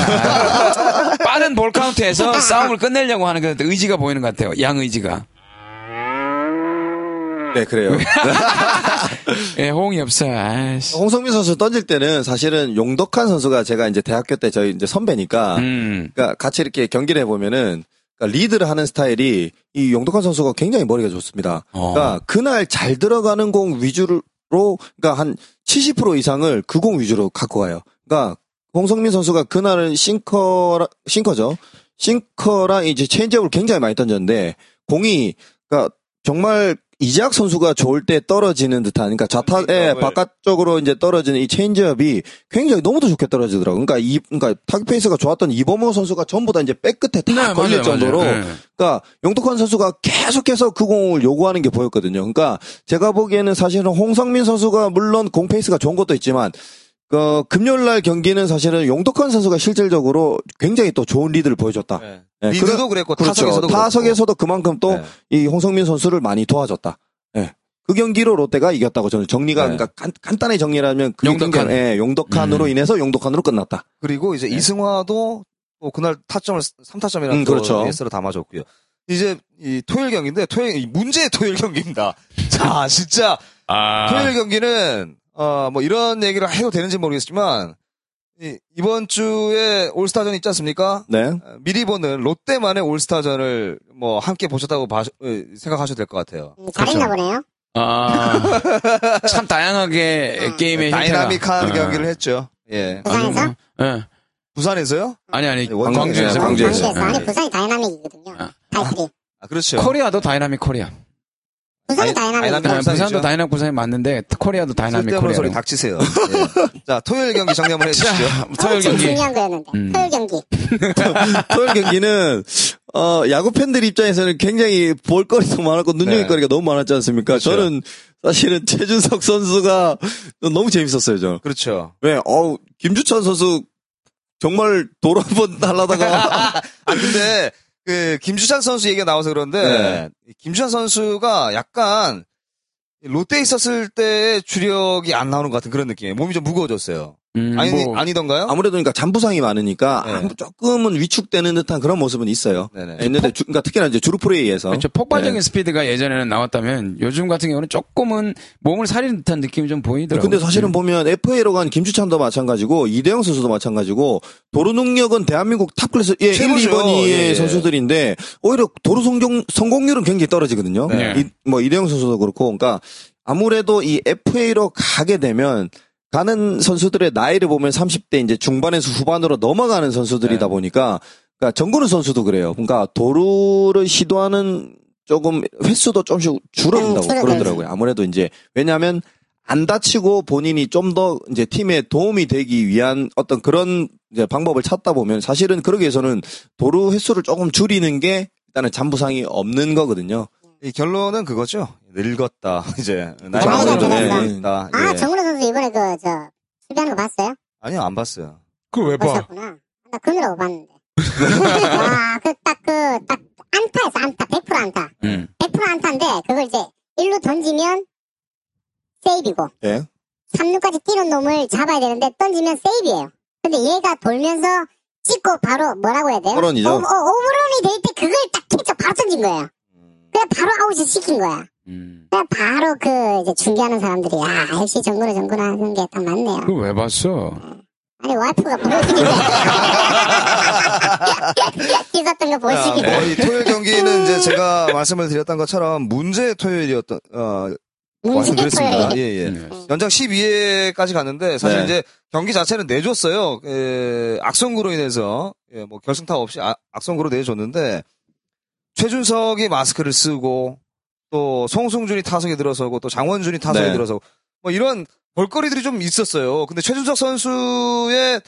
C: 빠른 볼 카운트에서 싸움을 끝내려고 하는 그 의지가 보이는 것 같아요. 양 의지가.
D: 네, 그래요.
C: 예, 호응이 없어. 아이씨.
D: 홍성민 선수 던질 때는 사실은 용덕한 선수가 제가 이제 대학교 때 저희 이제 선배니까
C: 음.
D: 그러니까 같이 이렇게 경기를 해보면은 그러니까 리드를 하는 스타일이 이 용덕한 선수가 굉장히 머리가 좋습니다.
C: 어.
D: 그러니까 그날 잘 들어가는 공 위주로 그러니까 한 70% 이상을 그 공 위주로 갖고 가요. 그러니까 홍성민 선수가 그날은 싱커 싱커죠. 싱커랑 이제 체인지업을 굉장히 많이 던졌는데 공이 그러니까 정말 이재학 선수가 좋을 때 떨어지는 듯한 그러니까 좌타의
C: 네,
A: 체인지업을.
D: 바깥쪽으로 이제 떨어지는 이 체인지업이 굉장히 너무도 좋게 떨어지더라고. 요 그러니까 이 그러니까 타격 페이스가 좋았던 이범호 선수가 전부 다 이제 백끝에 다
C: 네,
D: 걸릴
C: 맞아요,
D: 정도로
C: 맞아요. 예.
D: 그러니까 용덕환 선수가 계속해서 그 공을 요구하는 게 보였거든요. 그러니까 제가 보기에는 사실은 홍성민 선수가 물론 공 페이스가 좋은 것도 있지만 그 금요일 날 경기는 사실은 용덕환 선수가 실질적으로 굉장히 또 좋은 리드를 보여줬다.
A: 네.
D: 예,
A: 리드도 그랬고
D: 그렇죠.
A: 타석에서도 그렇고.
D: 타석에서도 그만큼 또
A: 네.
D: 이 홍성민 선수를 많이 도와줬다. 예. 그 경기로 롯데가 이겼다고 저는 정리가
A: 네.
D: 그러니까 간, 간단히 정리를 하면 그
C: 용덕한.
D: 경기는, 예, 용덕한으로
C: 음.
D: 인해서 용덕한으로 끝났다.
A: 그리고 이제 이승화도 또 그날 타점을 3타점이라는
D: 음, 그렇죠.
A: 에스로 담아줬고요. 이제 이 토요일 경기인데 토요일 이 문제의 토요일 경기입니다. 자, 진짜 토요일 경기는 어 뭐 이런 얘기를 해도 되는지 모르겠지만 이, 이번 주에 올스타전 있지 않습니까?
D: 네.
A: 어, 미리 보는 롯데만의 올스타전을 뭐 함께 보셨다고 봐- 에, 생각하셔도 될 것 같아요.
C: 그렇죠.
B: 음, 잘했나 보네요.
C: 아, 참 다양하게
A: 네,
C: 게임의
A: 다이나믹한
C: 형태가. 아.
A: 경기를 했죠. 예.
C: 아주 뭐,
B: 부산에서?
C: 예.
A: 부산에서요?
C: 아니 아니
A: 원정,
C: 광주에서 광주에서.
D: 예,
C: 네.
D: 광주에서.
B: 광주에서. 아니, 부산이 다이나믹이거든요.
C: 아.
B: 타이틀이.
A: 아, 그렇죠.
C: 코리아도 다이나믹 코리아.
B: 부산이 다이나믹.
A: 다이나믹.
C: 네,
A: 부산이죠.
C: 부산도 다이나믹 부산이 맞는데 코리아도 다이나믹
A: 쓸데없는
C: 코리아.
A: 소리 닥치세요. 예. 자, 토요일 경기 정리 한번 해주시죠.
C: 토요일
B: 제일
C: 음, 경기.
B: 중요한 거였는데.
C: 음.
B: 토요일 경기.
D: 토요일 경기는 어, 야구 팬들 입장에서는 굉장히 볼거리도 많았고
A: 네.
D: 눈여겨거리가 너무 많았지 않습니까?
A: 그렇죠.
D: 저는 사실은 최준석 선수가 너무 재밌었어요, 저는.
A: 그렇죠.
D: 왜? 어우, 김주찬 선수 정말 도로 한번 날라다가
A: 아, 근데, 그, 김주찬 선수 얘기가 나와서
C: 네.
A: 그런데, 김주찬 선수가 약간, 롯데에 있었을 때 주력이 안 나오는 것 같은 그런 느낌이에요. 몸이 좀 무거워졌어요.
C: 음,
A: 아니,
C: 뭐,
A: 아니던가요?
D: 아무래도 그러니까 잔부상이 많으니까
A: 네.
D: 아무- 조금은 위축되는 듯한 그런 모습은 있어요.
A: 네네.
D: 있는데 주- 그러니까 특히나 이제 주루 프레이에서
C: 그렇죠. 폭발적인
A: 네.
C: 스피드가 예전에는 나왔다면 요즘 같은 경우는 조금은 몸을 사리는 듯한 느낌이 좀 보이더라고요.
D: 네, 근데 사실은
A: 음.
D: 보면 FA로 간 김주찬도 마찬가지고 이대영 선수도 마찬가지고 도루 능력은 대한민국 탑 클래스 예, 1,
A: 최고죠.
D: 2번이
A: 예, 예.
D: 선수들인데 오히려 도루 성공 성공률은 굉장히 떨어지거든요.
C: 네.
D: 이, 뭐 이대영 선수도 그렇고 그러니까 아무래도 이 FA로 가게 되면 가는 선수들의 나이를 보면 30대 이제 중반에서 후반으로 넘어가는 선수들이다
A: 네.
D: 보니까 그러니까 정근우 선수도 그래요. 그러니까 도루를 시도하는 조금 횟수도 조금씩 줄어든다고
B: 음, 줄어들죠.
D: 그러더라고요. 아무래도 이제 왜냐하면 안 다치고 본인이 좀 더 이제 팀에 도움이 되기 위한 어떤 그런 이제 방법을 찾다 보면 사실은 그러기 위해서는 도루 횟수를 조금 줄이는 게 일단은 잔부상이 없는 거거든요.
A: 이 결론은 그거죠. 늙었다. 이제
B: 정훈아
A: 먹어서
B: 선수.
A: 늙고 있다.
B: 아,
A: 예.
B: 정우라 선수 이번에 그, 저, 수비하는 거 봤어요?
A: 아니요, 안 봤어요.
B: 아,
C: 그왜 뭐?
B: 보셨구나. 나 그늘하고 봤는데. 와, 그, 딱, 그, 딱, 안타였어, 안타. 100% 안타.
C: 음.
B: 100% 안타인데, 그걸 이제, 일로 던지면, 세이비고.
D: 예.
B: 3루까지 뛰는 놈을 잡아야 되는데, 던지면 세이비예요 근데 얘가 돌면서, 찍고 바로, 뭐라고 해야 돼요?
D: 홈런이죠.
B: 오, 홈런이 될 때 그걸 딱 캐쳐 바로 던진 거예요.
D: 음.
B: 그냥 바로 아웃을 시킨 거야.
C: 음.
B: 그냥 바로 그, 이제 중계하는 사람들이, 야, 역시 정근우 정근우 하는 게 딱 맞네요.
C: 그왜 봤어?
B: 아니 와이프가 보여주길래
A: 자,
B: 있었던 거
D: 아, 네.
B: 보시길래
A: 뭐, 이 토요일 경기는 이제 제가 말씀을 드렸던 것처럼 문제의 토요일이었던, 어,
B: 문제
A: 말씀드렸습니다.
B: 토요일
A: 예, 예.
C: 네.
A: 연장 12회까지 갔는데 사실
D: 네.
A: 이제 경기 자체는 내줬어요. 예, 악성구로 인해서 예, 뭐 결승타 없이 아- 악성구로 내줬는데 최준석이 마스크를 쓰고 또 송승준이 타석에 들어서고 또 장원준이 타석에
D: 네.
A: 들어서고 뭐 이런 볼거리들이 좀 있었어요. 근데 최준석 선수의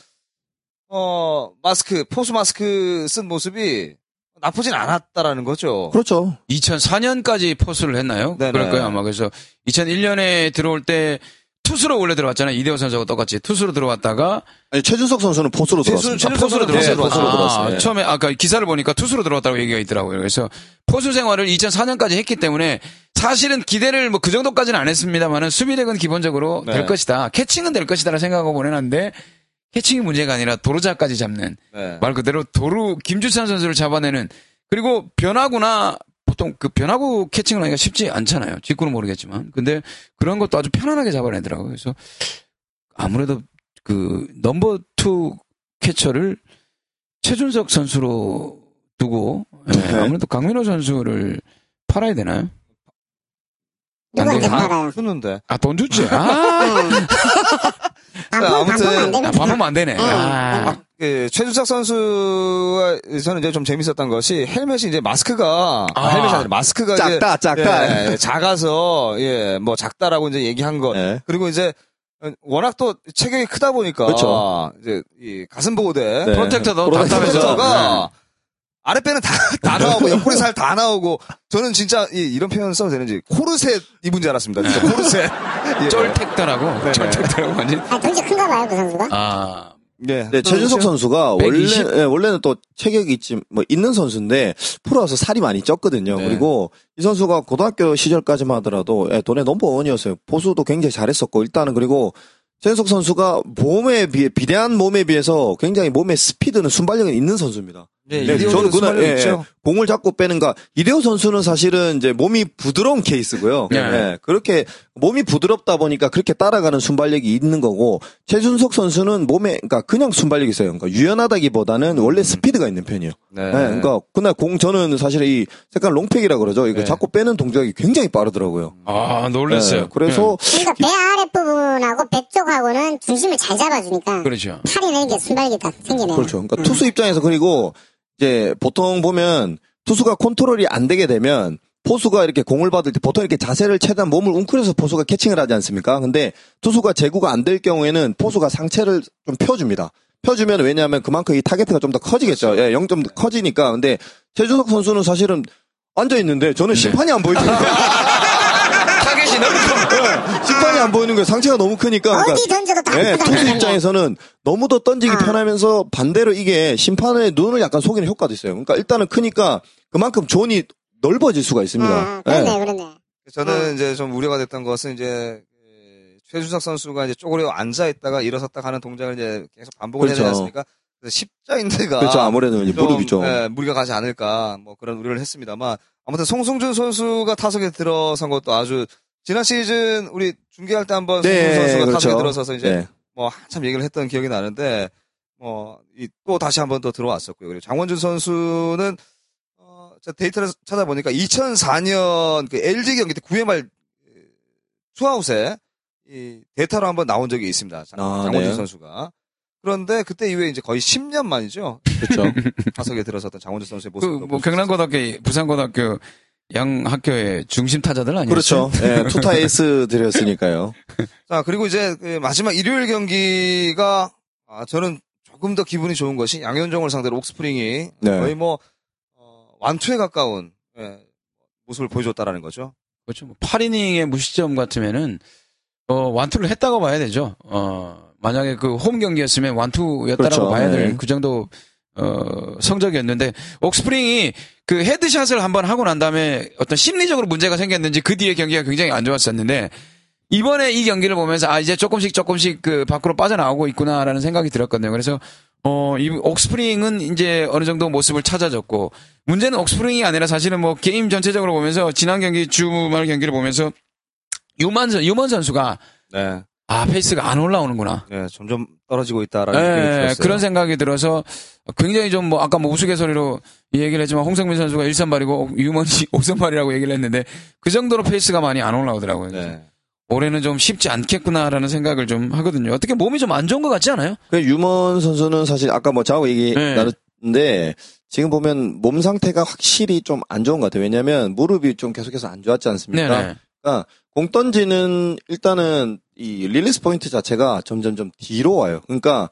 A: 어 마스크 포수 마스크 쓴 모습이 나쁘진 않았다라는 거죠.
D: 그렇죠.
C: 2004년까지 포수를 했나요?
A: 네네.
C: 그럴 거예요 아마. 그래서 2001년에 들어올 때 투수로 원래 들어왔잖아요. 이대호 선수하고 똑같이 투수로 들어왔다가
D: 아니, 최준석 선수는 포수로
A: 최준-
D: 들어왔습니다.
A: 최준석 선수는
D: 들어왔어요.
A: 포수로
D: 포수로
A: 들어왔어요.
D: 들어왔어요.
C: 아,
D: 예.
C: 처음에 아까 기사를 보니까 투수로 들어왔다고 얘기가 있더라고요. 그래서 포수 생활을 2004년까지 했기 때문에 사실은 기대를 뭐 그 정도까지는 안 했습니다만은 수비력은 기본적으로
A: 네.
C: 될 것이다. 캐칭은 될 것이다라 생각하고 보내놨는데 캐칭이 문제가 아니라 도루자까지 잡는
A: 네.
C: 말 그대로 도루 김주찬 선수를 잡아내는 그리고 변화구나 보통 그 변화구 캐칭을 하기가 쉽지 않잖아요. 직구는 모르겠지만 근데 그런 것도 아주 편안하게 잡아내더라고요. 그래서 아무래도 그 넘버 투 캐처를 최준석 선수로 두고 예,
D: 네.
C: 아무래도 강민호 선수를 팔아야 되나요?
B: 누구한테
C: 안 되나?
B: 팔아요?
A: 줬는데
C: 아돈 주지. 아
B: 반품
A: 아무튼-
B: 반품 안 되면
C: 밥은 안
D: 어.
B: 어.
C: 되네. 아,
A: 그 최준석 선수에서는 이제 좀 재밌었던 것이 헬멧이 이제 마스크가 아,
C: 아.
A: 헬멧이 아니라 마스크가 이제,
D: 작다, 작다.
A: 예, 예, 작아서 예 뭐 작다라고 이제 얘기한 것
D: 예.
A: 그리고 이제 워낙 또 체격이 크다 보니까
D: 그렇죠.
A: 이제 이 가슴 보호대
D: 네.
C: 프로텍터도
D: 프로텍터.
C: 답답해서
A: 프로텍터가 아랫배는 다, 다 나오고 옆구리 살 다 나오고 저는 진짜 이, 런 표현 써도 되는지 코르셋 입은 줄 알았습니다. 진짜 코르셋.
D: 네.
A: 예.
C: 쫄택더라고. 쫄택더라고 완전.
B: 아 덩치 큰가 봐요 그 선수가
C: 아
A: 예.
D: 네, 최준석 선수가
C: 120?
D: 원래 예, 원래는 또 체격이 있지 뭐 있는 선수인데 프로 와서 살이 많이 쪘거든요.
A: 네.
D: 그리고 이 선수가 고등학교 시절까지만 하더라도 예, 돈의 넘버원이었어요. 보수도 굉장히 잘했었고 일단은 그리고 최준석 선수가 몸에 비해 비대한 몸에 비해서 굉장히 몸의 스피드는 순발력이 있는 선수입니다.
A: 네,
D: 네,
A: 이대호
D: 저는
A: 선수
D: 그날,
A: 말이
D: 예,
A: 있죠.
D: 공을 잡고 빼는가 이대호 선수는 사실은 이제 몸이 부드러운 케이스고요.
C: 네.
D: 예, 그렇게 몸이 부드럽다 보니까 그렇게 따라가는 순발력이 있는 거고 최준석 선수는 몸에 그러니까 그냥 순발력이 있어요. 그러니까 유연하다기보다는 원래
C: 음.
D: 스피드가 있는 편이에요.
A: 네.
D: 예, 그러니까 그날 공 저는 사실 이 색깔 롱팩이라 그러죠. 이거
A: 네.
D: 잡고 빼는 동작이 굉장히 빠르더라고요.
C: 아, 놀랐어요. 네.
D: 예, 그래서
B: 그러니까 배 아랫 부분하고 배 쪽하고는 중심을 잘 잡아주니까
C: 예, 그렇죠.
B: 팔이 내는 게 순발력이 다 생기네요
D: 그렇죠. 그러니까 투수 입장에서 그리고 이제 보통 보면 투수가 컨트롤이 안 되게 되면 포수가 이렇게 공을 받을 때 보통 이렇게 자세를 최대한 몸을 웅크려서 포수가 캐칭을 하지 않습니까? 근데 투수가 제구가 안 될 경우에는 포수가 상체를 좀 펴줍니다. 펴주면 왜냐하면 그만큼 이 타겟팅가 좀 더 커지겠죠. 예, 0점 더 커지니까. 근데 최준석 선수는 사실은 앉아 있는데 저는 심판이 안 보이니까
C: 타겟이 너무 커.
D: 심판이 안 보이는 거예요. 상체가 너무 크니까. 그러니까
B: 어디 던져도 다
D: 예,
B: 아프다.
D: 투수 입장에서는 너무 더 던지기
B: 아.
D: 편하면서 반대로 이게 심판의 눈을 약간 속이는 효과도 있어요. 그러니까 일단은 크니까 그만큼 존이 넓어질 수가 있습니다.
B: 아, 그렇네,
D: 예.
B: 그렇네.
A: 저는 이제 좀 우려가 됐던 것은 이제 그 최준석 선수가 이제 쪼그려 앉아 있다가 일어섰다 가는 동작을 이제 계속 반복을 해야 되지
D: 그렇죠.
A: 않습니까? 그래서 십자인대가
D: 그렇죠. 아무래도 이제
A: 좀,
D: 무릎이 죠
A: 예, 무리가 가지 않을까 뭐 그런 우려를 했습니다만 아무튼 송승준 선수가 타석에 들어선 것도 아주 지난 시즌 우리 중계할 때 한번
D: 네,
A: 송승준 선수가
D: 그렇죠.
A: 타석에 들어서서 이제
D: 예.
A: 뭐 한참 얘기를 했던 기억이 나는데 뭐 이 또 다시 한번 또 들어왔었고요. 그리고 장원준 선수는 어, 제가 데이터를 찾아보니까 2004년 그 LG 경기 때 9회 말 투아웃에 이 대타로 한번 나온 적이 있습니다. 장,
D: 아,
A: 장원준
D: 네.
A: 선수가. 그런데 그때 이후에 이제 거의 10년 만이죠.
D: 그렇죠.
A: 타석에 들어섰던 장원준 선수의
C: 그,
A: 모습을
C: 뭐, 경남고등학교, 부산고등학교 양 학교의 중심 타자들 아니었어요?
D: 그렇죠. 예, 투타 에이스들이었으니까요.
A: 자, 그리고 이제 그 마지막 일요일 경기가 아, 저는 조금 더 기분이 좋은 것이 양현종을 상대로 옥스프링이
D: 네.
A: 거의 뭐 어, 완투에 가까운 예, 모습을 보여줬다라는 거죠.
C: 그렇죠. 뭐 8이닝의 무시점 같으면은 어, 완투를 했다고 봐야 되죠. 어, 만약에 그 홈 경기였으면 완투였다라고
D: 그렇죠.
C: 봐야 될
D: 네.
C: 그 정도 어, 성적이었는데 옥스프링이 그 헤드샷을 한번 하고 난 다음에 어떤 심리적으로 문제가 생겼는지 그 뒤에 경기가 굉장히 안 좋았었는데 이번에 이 경기를 보면서 아 이제 조금씩 조금씩 그 밖으로 빠져나오고 있구나라는 생각이 들었거든요. 그래서 어, 이 옥스프링은 이제 어느 정도 모습을 찾아줬고 문제는 옥스프링이 아니라 사실은 뭐 게임 전체적으로 보면서 지난 경기 주말 경기를 보면서 유만 선 유먼 선수가
A: 네.
C: 아 페이스가 안 올라오는구나.
A: 예, 점점 떨어지고
D: 아,
A: 있다라는 느낌이
C: 예,
A: 들었어요.
C: 그런 생각이 들어서 굉장히 좀 뭐 아까 뭐 우스갯소리로 이 얘기를 했지만 홍성민 선수가 1선발이고 유먼이 5선발이라고 얘기를 했는데 그 정도로 페이스가 많이 안 올라오더라고요.
A: 네.
C: 올해는 좀 쉽지 않겠구나라는 생각을 좀 하거든요. 어떻게 몸이 좀 안 좋은 것 같지 않아요?
D: 그 유먼 선수는 사실 아까 뭐 자고 얘기
C: 네.
D: 나눴는데 지금 보면 몸 상태가 확실히 좀 안 좋은 것 같아요. 왜냐하면 무릎이 좀 계속해서 안 좋았지 않습니까?
C: 네네.
D: 공 던지는 일단은 이 릴리스 포인트 자체가 점점 좀 뒤로 와요. 그러니까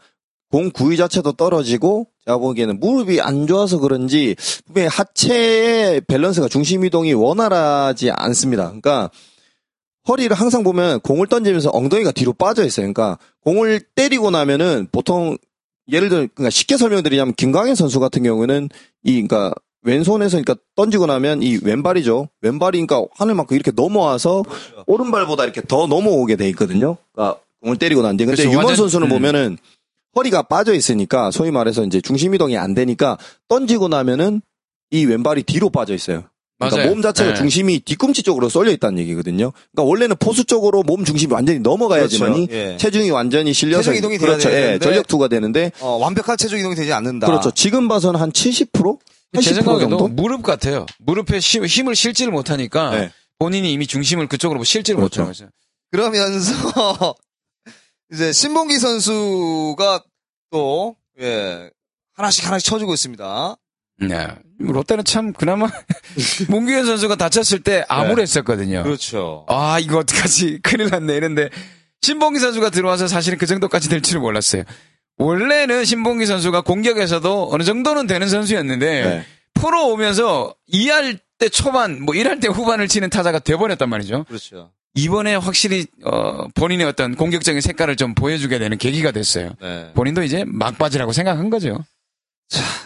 D: 공 구위 자체도 떨어지고 제가 보기에는 무릎이 안 좋아서 그런지 분명히 하체의 밸런스가 중심 이동이 원활하지 않습니다. 그러니까 허리를 항상 보면 공을 던지면서 엉덩이가 뒤로 빠져 있어요. 그러니까 공을 때리고 나면은 보통 예를 들어 그러니까 쉽게 설명드리자면 김광현 선수 같은 경우는 이 그러니까 왼손에서 그러니까 던지고 나면 이 왼발이죠. 왼발이 그러니까 하늘만큼 이렇게 넘어와서
C: 그렇죠.
D: 오른발보다 이렇게 더 넘어오게 돼 있거든요. 그러니까 공을 때리고 난 뒤에 근데
C: 그렇죠.
D: 유먼
C: 완전-
D: 선수는
C: 음.
D: 보면은 허리가 빠져 있으니까 소위 말해서 이제 중심 이동이 안 되니까 던지고 나면은 이 왼발이 뒤로 빠져 있어요. 그러니까
C: 맞아요.
D: 몸 자체가
C: 네.
D: 중심이 뒤꿈치 쪽으로 쏠려 있다는 얘기거든요. 그러니까 원래는 포수 쪽으로 몸 중심이 완전히 넘어가야지만이
A: 그렇죠. 예.
D: 체중이 완전히 실려서
A: 체중 이동이 돼야
D: 그렇죠. 예,
A: 되는데
D: 전력투가 되는데
A: 어, 완벽한 체중 이동이 되지 않는다.
D: 그렇죠. 지금 봐서는 한 70%? 80%
C: 제 생각에도
D: 정도?
C: 무릎 같아요. 무릎에 힘- 힘을 실지를 못하니까
D: 네.
C: 본인이 이미 중심을 그쪽으로 실지를
D: 그렇죠.
C: 못하는 거죠.
A: 그러면서 이제 신봉기 선수가 또 예, 하나씩 하나씩 쳐주고 있습니다.
C: 네. 롯데는 참 그나마 문규현 선수가 다쳤을 때 암울했었거든요.
A: 그렇죠.
C: 아 이거 어떡하지 큰일 났네 이런데 신봉기 선수가 들어와서 사실은 그 정도까지 될 줄은 몰랐어요. 원래는 신봉기 선수가 공격에서도 어느 정도는 되는 선수였는데
D: 네.
C: 프로 오면서 2할 때 초반, 뭐 1할 때 후반을 치는 타자가 돼버렸단 말이죠.
A: 그렇죠.
C: 이번에 확실히, 어, 본인의 어떤 공격적인 색깔을 좀 보여주게 되는 계기가 됐어요.
A: 네.
C: 본인도 이제 막바지라고 생각한 거죠.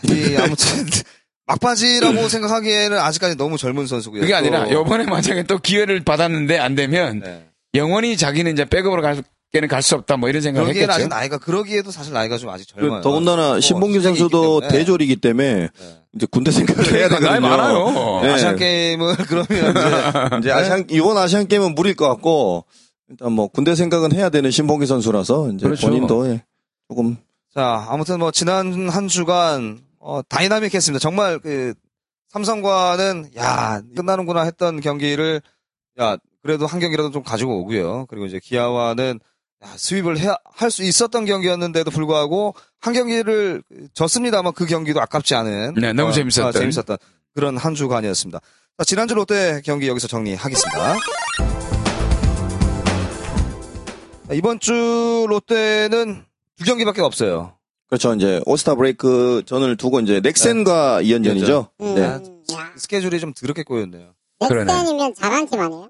A: 이 아무튼 막바지라고 생각하기에는 아직까지 너무 젊은 선수고요.
C: 그게
A: 네, 또-
C: 아니라, 요번에 만약에 또 기회를 받았는데 안 되면,
A: 네.
C: 영원히 자기는 이제 백업으로 갈, 는 갈 수 없다, 뭐 이런 생각을
A: 그러기에는 아직
C: 했겠죠.
A: 나이가 그러기에도 사실 나이가 좀 아직
D: 그
A: 젊어요.
D: 더군다나
A: 또
D: 신봉규
A: 시작이 있기
D: 선수도
A: 때문에.
D: 대졸이기 때문에
A: 네.
D: 이제 군대 생각을 해야
C: 그러니까
D: 되거든요.
C: 나이 많아요.
D: 네.
A: 아시안 게임을 네. 그러면
D: 이제 아시안, 이번 아시안 게임은 무리일 것 같고 일단 뭐 군대 생각은 해야 되는 신봉규 선수라서 이제
C: 그렇죠.
D: 본인도 예, 조금
A: 자, 아무튼 뭐 지난 한 주간 어, 다이나믹했습니다. 정말 그 삼성과는 야 끝나는구나 했던 경기를 야 그래도 한 경기라도 좀 가지고 오고요. 그리고 이제 기아와는 야, 스윕을 할 수 있었던 경기였는데도 불구하고 한 경기를 졌습니다만 그 경기도 아깝지 않은
C: 네, 너무 재밌었던.
A: 재밌었던 그런 한 주간이었습니다. 자, 지난주 롯데 경기 여기서 정리하겠습니다. 자, 이번 주 롯데는 두 경기밖에 없어요.
D: 그렇죠. 이제 오스타 브레이크 전을 두고 이제 넥센과 이연전이죠
A: 아,
D: 네.
B: 음, 야.
A: 스케줄이 좀 드럽게 꼬였네요.
C: 그러네.
B: 넥센이면 잘한 팀 아니에요?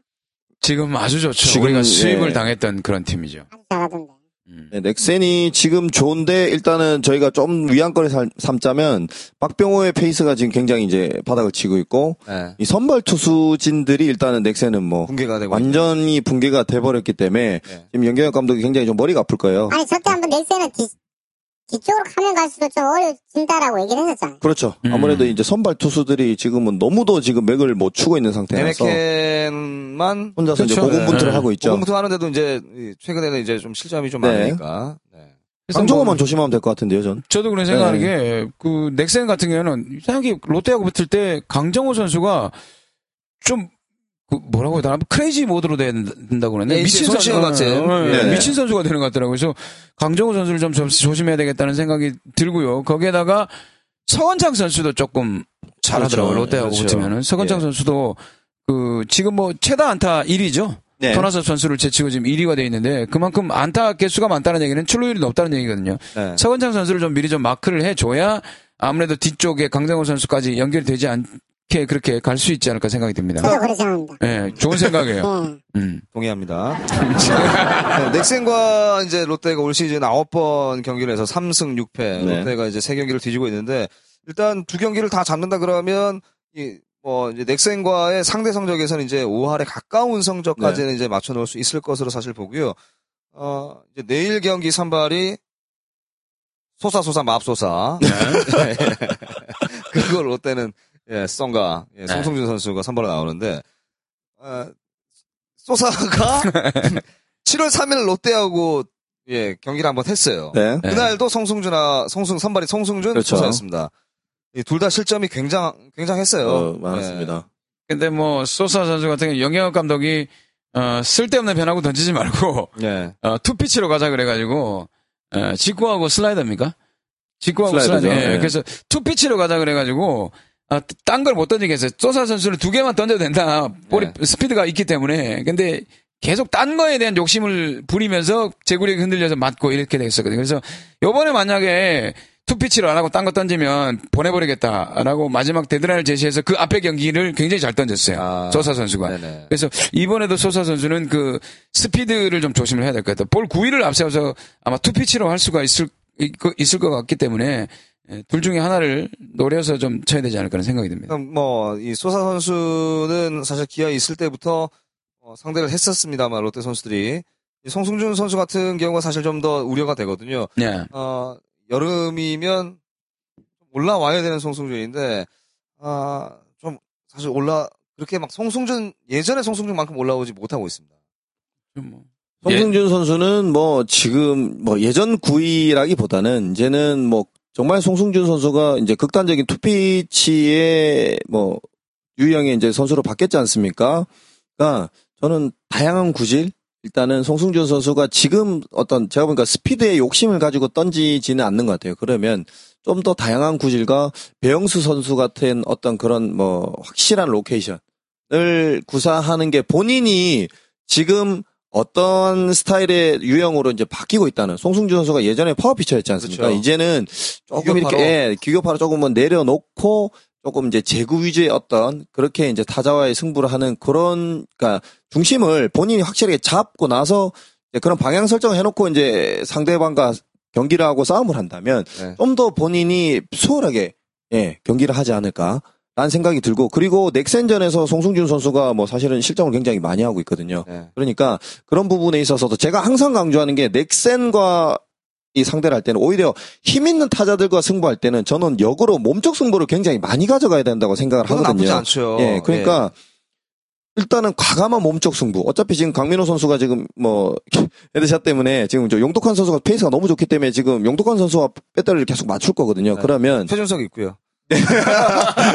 C: 지금 아주 좋죠.
D: 지금,
C: 우리가
D: 예.
C: 수입을 당했던 그런 팀이죠.
B: 아주 잘하던데.
C: 음.
D: 네, 넥센이 지금 좋은데 일단은 저희가 좀 위안거리 삼- 삼자면 박병호의 페이스가 지금 굉장히 이제 바닥을 치고 있고 이 선발 투수진들이 일단은 넥센은 뭐
A: 네. 공개가
C: 네.
A: 되고.
D: 완전히 붕괴가 돼버렸기 때문에
A: 네.
D: 지금 연경혁 감독이 굉장히 좀 머리가 아플 거예요.
B: 아니 저때 한번 넥센은 뒤, 뒤쪽으로 가면 갈수록 좀 어려진다라고 얘기를 했었잖아요.
D: 그렇죠.
C: 음.
D: 아무래도 이제 선발 투수들이 지금은 너무도 지금 맥을 못 추고 있는 상태라서
A: 데메켄만
D: 혼자서 이제
C: 네, 그렇죠.
D: 고군분투를
C: 네.
D: 하고 있죠.
A: 고공부터 하는데도 이제 이 최근에는 이제 좀 실점이 좀
D: 네.
A: 많으니까. 네.
D: 강정호만 조심하면 될 것 같은데요, 전.
C: 저도 그런 생각하는
D: 네.
C: 게 그 넥센 같은 경우는 이상하게 롯데하고 붙을 때 강정호 선수가 좀그 뭐라고 해야 되나 크레이지 모드로 된다고 그러네
A: 예,
C: 미친
A: 손
C: 선수
A: 씌운 같은.
C: 예,
D: 네.
C: 미친 선수가 되는 것 같더라고요. 그래서 강정호 선수를 좀 조- 조심해야 되겠다는 생각이 들고요. 거기에다가 서원창 선수도 조금 잘하더라고요.
D: 그렇죠.
C: 롯데하고
D: 그렇죠.
C: 붙으면은 서원창
D: 예.
C: 선수도 그 지금 뭐 최다 안타 1위죠.
D: 네.
C: 토나섭 선수를 제치고 지금 1위가 돼 있는데 그만큼 안타 개수가 많다는 얘기는 출루율이 높다는 얘기거든요.
A: 네.
C: 서건창 선수를 좀 미리 좀 마크를 해줘야 아무래도 뒤쪽에 강정호 선수까지 연결되지 않게 그렇게 갈 수 있지 않을까 생각이 듭니다.
D: 어.
B: 저도 그렇게 생각합니다.
C: 예, 좋은
D: 네.
C: 생각이에요.
B: 예.
C: 음.
A: 동의합니다. 네, 넥센과 이제 롯데가 올 시즌 9번 경기를 해서 3승 6패.
D: 네.
A: 롯데가 이제 3경기를 뒤지고 있는데 일단 두 경기를 다 잡는다 그러면 이 뭐, 이제 넥센과의 상대 성적에서는 이제 5할에 가까운 성적까지는 이제 맞춰놓을 수 있을 것으로 사실 보고요. 어, 이제 내일 경기 선발이 소사소사 맙소사. 그걸 롯데는 예, 썬가
D: 네.
A: 예, 송승준 선수가 선발로 나오는데 어, 소사가 7월 3일 롯데하고 예, 경기를 한번 했어요.
D: 네.
A: 그날도 송승준아 송승 선발이 송승준
D: 그렇죠.
A: 소사였습니다. 둘 다 실점이 굉장
C: 네.
A: 굉장했어요. 예.
D: 어, 많았습니다.
C: 근데 뭐 소사 선수 같은 경우 영역 감독이 어, 쓸데없는 변화구 던지지 말고
A: 예. 예.
C: 어, 투피치로 가자 그래가지고 어, 직구하고 슬라이더입니까? 직구하고
D: 슬라이더죠.
C: 슬라이더. 예,
D: 예.
C: 그래서 투피치로 가자 그래가지고 아, 딴 걸 못 던지게 했어요. 소사 선수는 두 개만 던져도 된다. 볼이
D: 예.
C: 스피드가 있기 때문에. 근데 계속 딴 거에 대한 욕심을 부리면서 제구력이 흔들려서 맞고 이렇게 됐었거든요. 그래서 요번에 만약에 투피치를 안 하고 딴 거 던지면 보내버리겠다라고 마지막 데드라인을 제시해서 그 앞에 경기를 굉장히 잘 던졌어요.
A: 아.
C: 소사 선수가.
A: 네네.
C: 그래서 이번에도 소사 선수는 그 스피드를 좀 조심을 해야 될 것 같아요. 볼 9위를 앞세워서 아마 투피치로 할 수가 있을, 있- 있을 것 같기 때문에 예, 둘 중에 하나를 노려서 좀 쳐야 되지 않을까 하는 생각이 듭니다.
A: 그럼 뭐이 소사 선수는 사실 기아에 있을 때부터 어, 상대를 했었습니다만 롯데 선수들이 이 송승준 선수 같은 경우가 사실 좀 더 우려가 되거든요.
C: 네.
A: 어, 여름이면 올라와야 되는 송승준인데 아, 좀 사실 올라 그렇게 막 송승준 예전의 송승준만큼 올라오지 못하고 있습니다.
C: 좀 뭐.
D: 송승준 선수는 뭐 지금 뭐 예전 구위라기보다는 이제는 뭐 정말 송승준 선수가 이제 극단적인 투피치의 뭐 유형의 이제 선수로 바뀌었지 않습니까? 그러니까 저는 다양한 구질 일단은 송승준 선수가 지금 어떤 제가 보니까 스피드의 욕심을 가지고 던지지는 않는 것 같아요. 그러면 좀 더 다양한 구질과 배영수 선수 같은 어떤 그런 뭐 확실한 로케이션을 구사하는 게 본인이 지금 어떤 스타일의 유형으로 이제 바뀌고 있다는 송승준 선수가 예전에 파워피처였지 않습니까?
A: 그렇죠.
D: 이제는 조금
A: 기교파로.
D: 이렇게 예, 기교파로 조금은 내려놓고 조금 이제 제구 위주의 어떤 그렇게 이제 타자와의 승부를 하는 그런 그러니까 중심을 본인이 확실하게 잡고 나서 이제 그런 방향 설정을 해놓고 이제 상대방과 경기를 하고 싸움을 한다면
A: 네.
D: 좀 더 본인이 수월하게 예, 경기를 하지 않을까라는 생각이 들고 그리고 넥센전에서 송승준 선수가 뭐 사실은 실점을 굉장히 많이 하고 있거든요.
A: 네.
D: 그러니까 그런 부분에 있어서도 제가 항상 강조하는 게 넥센과 이 상대를 할 때는 오히려 힘 있는 타자들과 승부할 때는 저는 역으로 몸쪽 승부를 굉장히 많이 가져가야 된다고 생각을
A: 그건
D: 하거든요.
A: 나쁘지 않죠.
D: 예, 그러니까 일단은 과감한 몸쪽 승부. 어차피 지금 강민호 선수가 지금 뭐 헤드샷 때문에 지금 저 용독한 선수가 페이스가 너무 좋기 때문에 지금 용독한 선수와 배터리를 계속 맞출 거거든요.
A: 네.
D: 그러면
A: 최준석 있고요.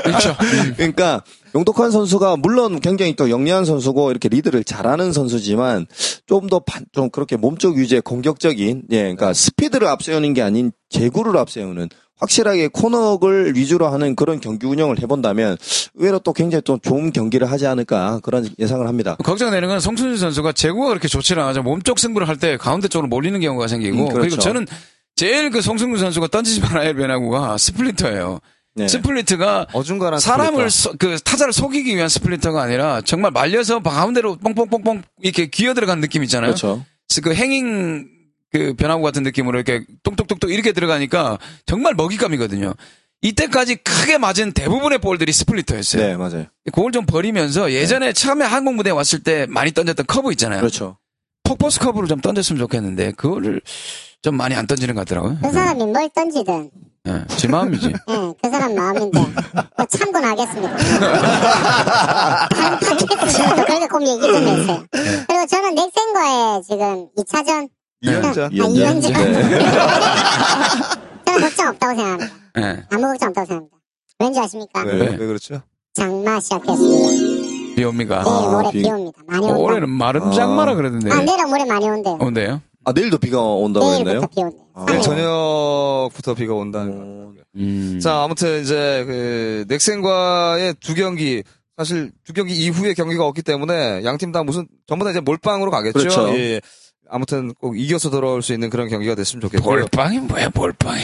C: 그렇죠.
D: 그러니까 용독한 선수가 물론 굉장히 또 영리한 선수고 이렇게 리드를 잘하는 선수지만 좀 더 좀 그렇게 몸쪽 유지의 공격적인 예, 그러니까 스피드를 앞세우는 게 아닌 제구를 앞세우는 확실하게 코너를 위주로 하는 그런 경기 운영을 해본다면 의외로 또 굉장히 좀 좋은 경기를 하지 않을까 그런 예상을 합니다.
C: 걱정되는 건 송순진 선수가 제구가 그렇게 좋지는 않아서 몸쪽 승부를 할 때 가운데 쪽으로 몰리는 경우가 생기고
D: 음,
C: 그리
D: 그렇죠.
C: 고 저는 제일 그 송승준 선수가 던지지 말아야 할 변화구가 스플린터예요.
D: 네.
C: 스플린트가
A: 어중간한
C: 사람을
A: 스플릿다.
C: 소- 그 타자를 속이기 위한 스플린터가 아니라 정말 말려서 가운데로 뽕뽕뽕뽕 이렇게 기어 들어간 느낌 있잖아요.
D: 그렇죠.
C: 그 행잉 그 변화구 같은 느낌으로 이렇게 똥똑똑똑 이렇게 들어가니까 정말 먹잇감이거든요. 이때까지 크게 맞은 대부분의 볼들이 스플리터였어요.
D: 네, 맞아요.
C: 그걸 좀 버리면서 예전에 처음에 한국 무대에 왔을 때 많이 던졌던 커브 있잖아요.
D: 그렇죠.
C: 폭포스 커브를 좀 던졌으면 좋겠는데 그거를 좀 많이 안 던지는 것 같더라고요.
B: 그 사람이 뭘 던지든
C: 예, 제 마음이지.
B: 예, 그 사람 마음인데 뭐 참고는 하겠습니다. 다른 팟캐스트에서 그렇게 꼭 얘기 좀 해주세요. 그리고 저는 넥센과의 지금 2차전
A: 이연자.
B: 아, 이연자.
D: 네.
B: 저는 걱정 없다고 생각합니다.
C: 예,
B: 아무 걱정 없다고 생각합니다. 왠지 아십니까?
A: 왜,
D: 그러니까.
C: 네.
A: 왜 그렇죠?
B: 장마 시작했습니다.
C: 아, 비옵니까? 어,
B: 내일 모레
D: 비-
B: 비 옵니다. 많이 온다.
C: 올해는 네. 어, 마름
D: 어.
C: 장마라 그러던데.
B: 어, 아, 내일 모레 많이 온대요.
C: 온대요?
D: 아, 내일도 비가 온다고 했나요?
B: 내일부터 비 온대요.
D: 아,
A: 내일
D: 네.
A: 저녁부터 비가 온다는 거.
D: 어,
C: 음.
A: 음. 자, 아무튼 이제 그 넥센과의 두 경기 사실 두 경기 이후에 경기가 없기 때문에 양 팀 다 무슨 전부 다 이제 몰빵으로 가겠죠.
D: 그렇죠.
A: 예. 아무튼 꼭 이겨서 돌아올 수 있는 그런 경기가 됐으면 좋겠고요.
C: 볼빵이 뭐야 볼빵이?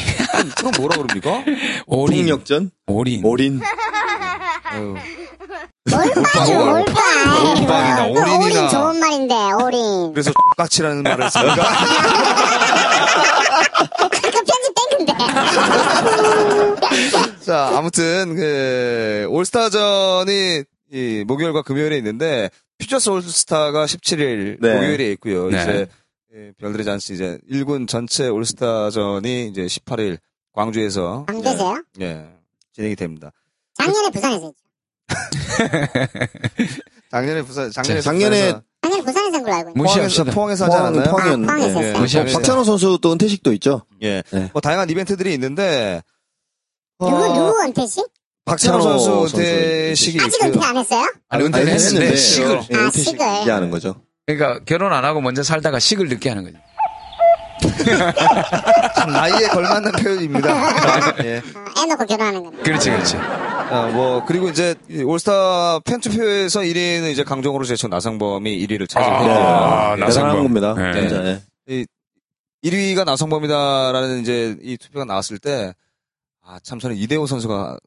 A: 그럼 뭐라 그럽니까?
C: 올인.
D: 폭력전? 뭐,
C: 올인.
D: 올인.
A: 아유.
B: 올빵이죠,
A: 올빵.
B: 올빵.
A: 올빵이다,
B: 그
A: 올인이다.
B: 올인 좋은 말인데, 올인.
A: 그래서 깍치라는 말을 했습니까?
B: 그 편집 땡근데.
A: 자, 아무튼 그 올스타전이 이 목요일과 금요일에 있는데 퓨처스 올스타가 17일
D: 네.
A: 목요일에 있고요.
C: 네.
A: 이제 예, 별들의 잔치 이제 1군 전체 올스타전이 이제 18일 광주에서
B: 안 되세요?
A: 예, 진행이 됩니다.
B: 작년에 부산에서 했죠.
A: 작년에 부산 작년에
D: 작년에
A: 부산에서
B: 작년에 부산에서 한 걸로 알고 있는데.
A: 포항에서
C: 무시합시다.
A: 포항에서 하지
D: 포항,
A: 않았나요?
D: 포항이었는데.
B: 아, 포항에서
D: 예.
B: 했어요.
A: 무시합시다.
D: 박찬호 선수 또 은퇴식도 있죠.
A: 예.
D: 네.
A: 뭐 다양한 이벤트들이 있는데 어,
B: 누구, 누구 은퇴식?
A: 박찬호
D: 박찬호
A: 선수
D: 선수
A: 대식이
B: 아직 은퇴 안 했어요?
C: 아니 네,
D: 아니,
C: 은퇴를 했는데
D: 했는데.
C: 식을.
D: 예, 은퇴식
B: 식을.
A: 네.
D: 얘기하는 거죠.
C: 그러니까 결혼 안 하고 먼저 살다가 식을 늦게 하는 거지.
A: 참 나이에 걸맞는 표현입니다. 예.
B: 어, 애 놓고 결혼하는 거네.
C: 그렇지 그렇지.
A: 아, 뭐 그리고 이제 이 올스타 팬투표에서 1위는 이제 강정호로 제쳐 나상범이 1위를 차지했고
C: 아,
A: 네.
C: 나상-
D: 대단한
C: 나상범.
D: 겁니다.
C: 네.
D: 진짜, 예.
A: 1위가 나상범이다라는 이제 이 투표가 나왔을 때 아 참 저는 이대호 선수가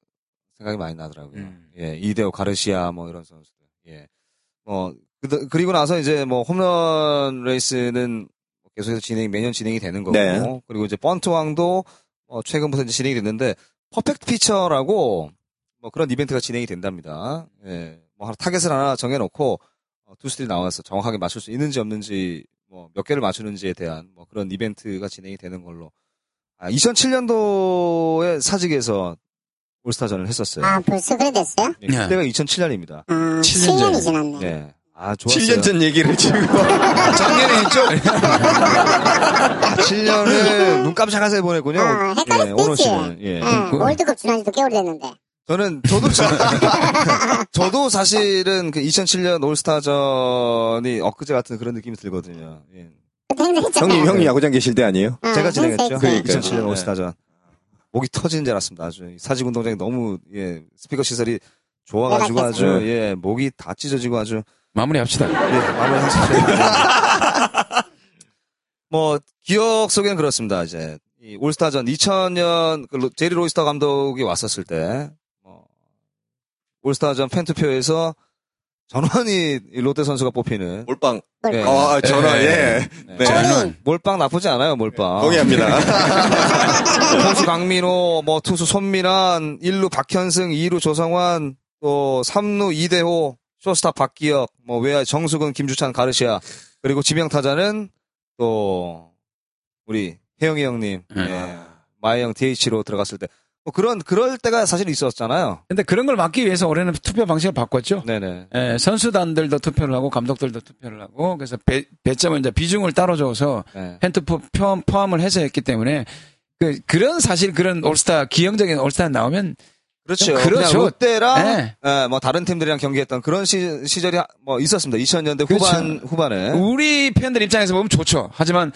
A: 생각이 많이 나더라고요.
C: 음.
A: 예, 이대호 가르시아 뭐 이런 선수들. 예. 뭐 그, 그리고 나서 이제 뭐 홈런 레이스는 계속해서 진행 매년 진행이 되는 거고
D: 네.
A: 그리고 이제 번트왕도 어, 최근부터 이제 진행이 됐는데 퍼펙트 피처라고 뭐 그런 이벤트가 진행이 된답니다. 예. 뭐 하나 타겟을 하나 정해놓고 어, 투수들이 나와서 정확하게 맞출 수 있는지 없는지 뭐 몇 개를 맞추는지에 대한 뭐 그런 이벤트가 진행이 되는 걸로. 아, 2007년도에 사직에서 올스타전을 했었어요.
B: 아, 벌써 그래 됐어요?
D: 네.
A: 예, 그때가 2007년입니다.
B: 아,
C: 칠년
B: 7년이 지났네.
A: 예. 아, 좋았어요.
D: 7년 전 얘기를 지금.
C: 아, 작년에 있죠.
A: 아, 7년을 눈 깜짝하세 보냈군요.
B: 아, 헷갈릴
A: 예,
B: 수도
A: 오노
B: 있지.
A: 씨는. 예.
B: 예, 월드컵 지난 지도 개월 됐는데.
A: 저는 저도 사- 저도 사실은 그 2007년 올스타전이 엊그제 같은 그런 느낌이 들거든요. 예.
B: 그때 행사했잖아요.
D: 형님, 형님 야구장 계실 때 아니에요?
B: 어,
A: 제가 진행했죠.
B: 행사했어요.
D: 그러니까요.
A: 2007년
D: 네.
A: 올스타전. 목이 터지는 줄 알았습니다. 아주 사직 운동장이 너무 예, 스피커 시설이 좋아가지고 아주
D: 열악했어요.
A: 예 목이 다 찢어지고 아주
C: 마무리합시다.
A: 예, 마무리 하십시오. 뭐, 기억 속엔 그렇습니다, 이제. 이 올스타전 2000년, 그 로- 제리 로이스터 감독이 왔었을 때, 뭐, 올스타전 팬투표에서 전원이 이 롯데 선수가 뽑히는.
D: 몰빵.
A: 예,
D: 아, 아, 전화,
C: 예.
D: 예. 네.
C: 저는
A: 몰빵 나쁘지 않아요, 몰빵.
D: 동의합니다.
A: 포수 강민호, 뭐 투수 손민환, 1루 박현승, 2루 조성환, 또 3루 이대호, 쇼스타 박기혁, 뭐 외야 정수근, 김주찬, 가르시아. 그리고 지명 타자는 또 우리 혜영이 형님,
C: 음.
A: 예. 마이 형 DH로 들어갔을 때. 뭐 그런 그럴 때가 사실 있었잖아요.
C: 근데 그런 걸 막기 위해서 올해는 투표 방식을 바꿨죠.
A: 네네.
C: 예, 선수단들도 투표를 하고 감독들도 투표를 하고 그래서 배, 배점을 이제 비중을 따로 줘서
A: 네.
C: 펜트포 포함, 포함을 해서 했기 때문에 그 그런 사실 그런 올스타 기형적인 올스타 나오면
A: 그렇죠.
C: 그렇죠.
A: 그냥 롯데랑
C: 예.
A: 예, 뭐 다른 팀들이랑 경기했던 그런 시, 절이뭐 있었습니다. 2000년대
C: 그렇죠.
A: 후반 후반에.
C: 네. 우리 팬들 입장에서 보면 좋죠. 하지만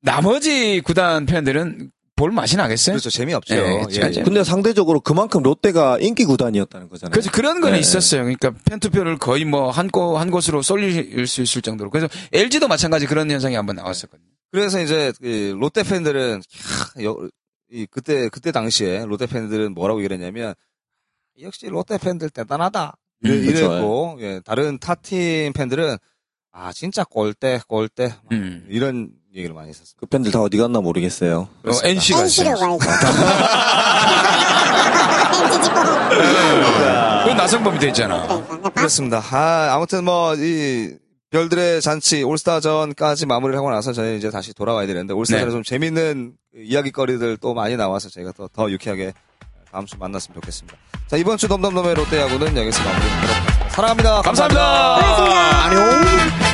C: 나머지 구단 팬들은 볼 맛이 나겠어요?
A: 그렇죠. 재미없죠.
C: 예,
A: 예,
C: 제가 이제-
D: 근데 상대적으로 그만큼 롯데가 인기 구단이었다는 거잖아요.
C: 그래서 그런 건
D: 네.
C: 있었어요. 그러니까 팬투표를 거의 뭐 한 곳 한 곳으로 쏠릴 수 있을 정도로. 그래서 LG도 마찬가지 그런 현상이 한번 나왔었거든요.
A: 그래서 이제 이 롯데 팬들은 캬, 여- 이 그때 그때 당시에 롯데 팬들은 뭐라고 이랬냐면 아, 역시 롯데 팬들 대단하다 이래-
C: 음,
D: 그렇죠.
A: 이랬고 예, 다른 타 팀 팬들은 아 진짜 꼴대 꼴대 막
C: 음.
A: 이런 얘기를 많이 했었습니다.
D: 그 팬들 다 어디 갔나 모르겠어요.
C: 어, NC가
B: NC로
C: 있어요.
B: 가야죠. NC 지뽕. 뭐.
C: 그 나성범이 됐잖아.
B: 그러니까. 나
A: 그렇습니다. 아, 아무튼 뭐 이 별들의 잔치 올스타전까지 마무리를 하고 나서 저는 이제 다시 돌아와야 되는데 올스타전에
C: 네.
A: 좀 재밌는 이야기거리들 또 많이 나와서 저희가 또 더 유쾌하게 다음 주 만났으면 좋겠습니다. 자 이번 주 넘넘넘의 롯데야구는 여기서 마무리하도록 하겠습니다. 사랑합니다.
C: 감사합니다.
A: 감사합니다.
C: 안녕.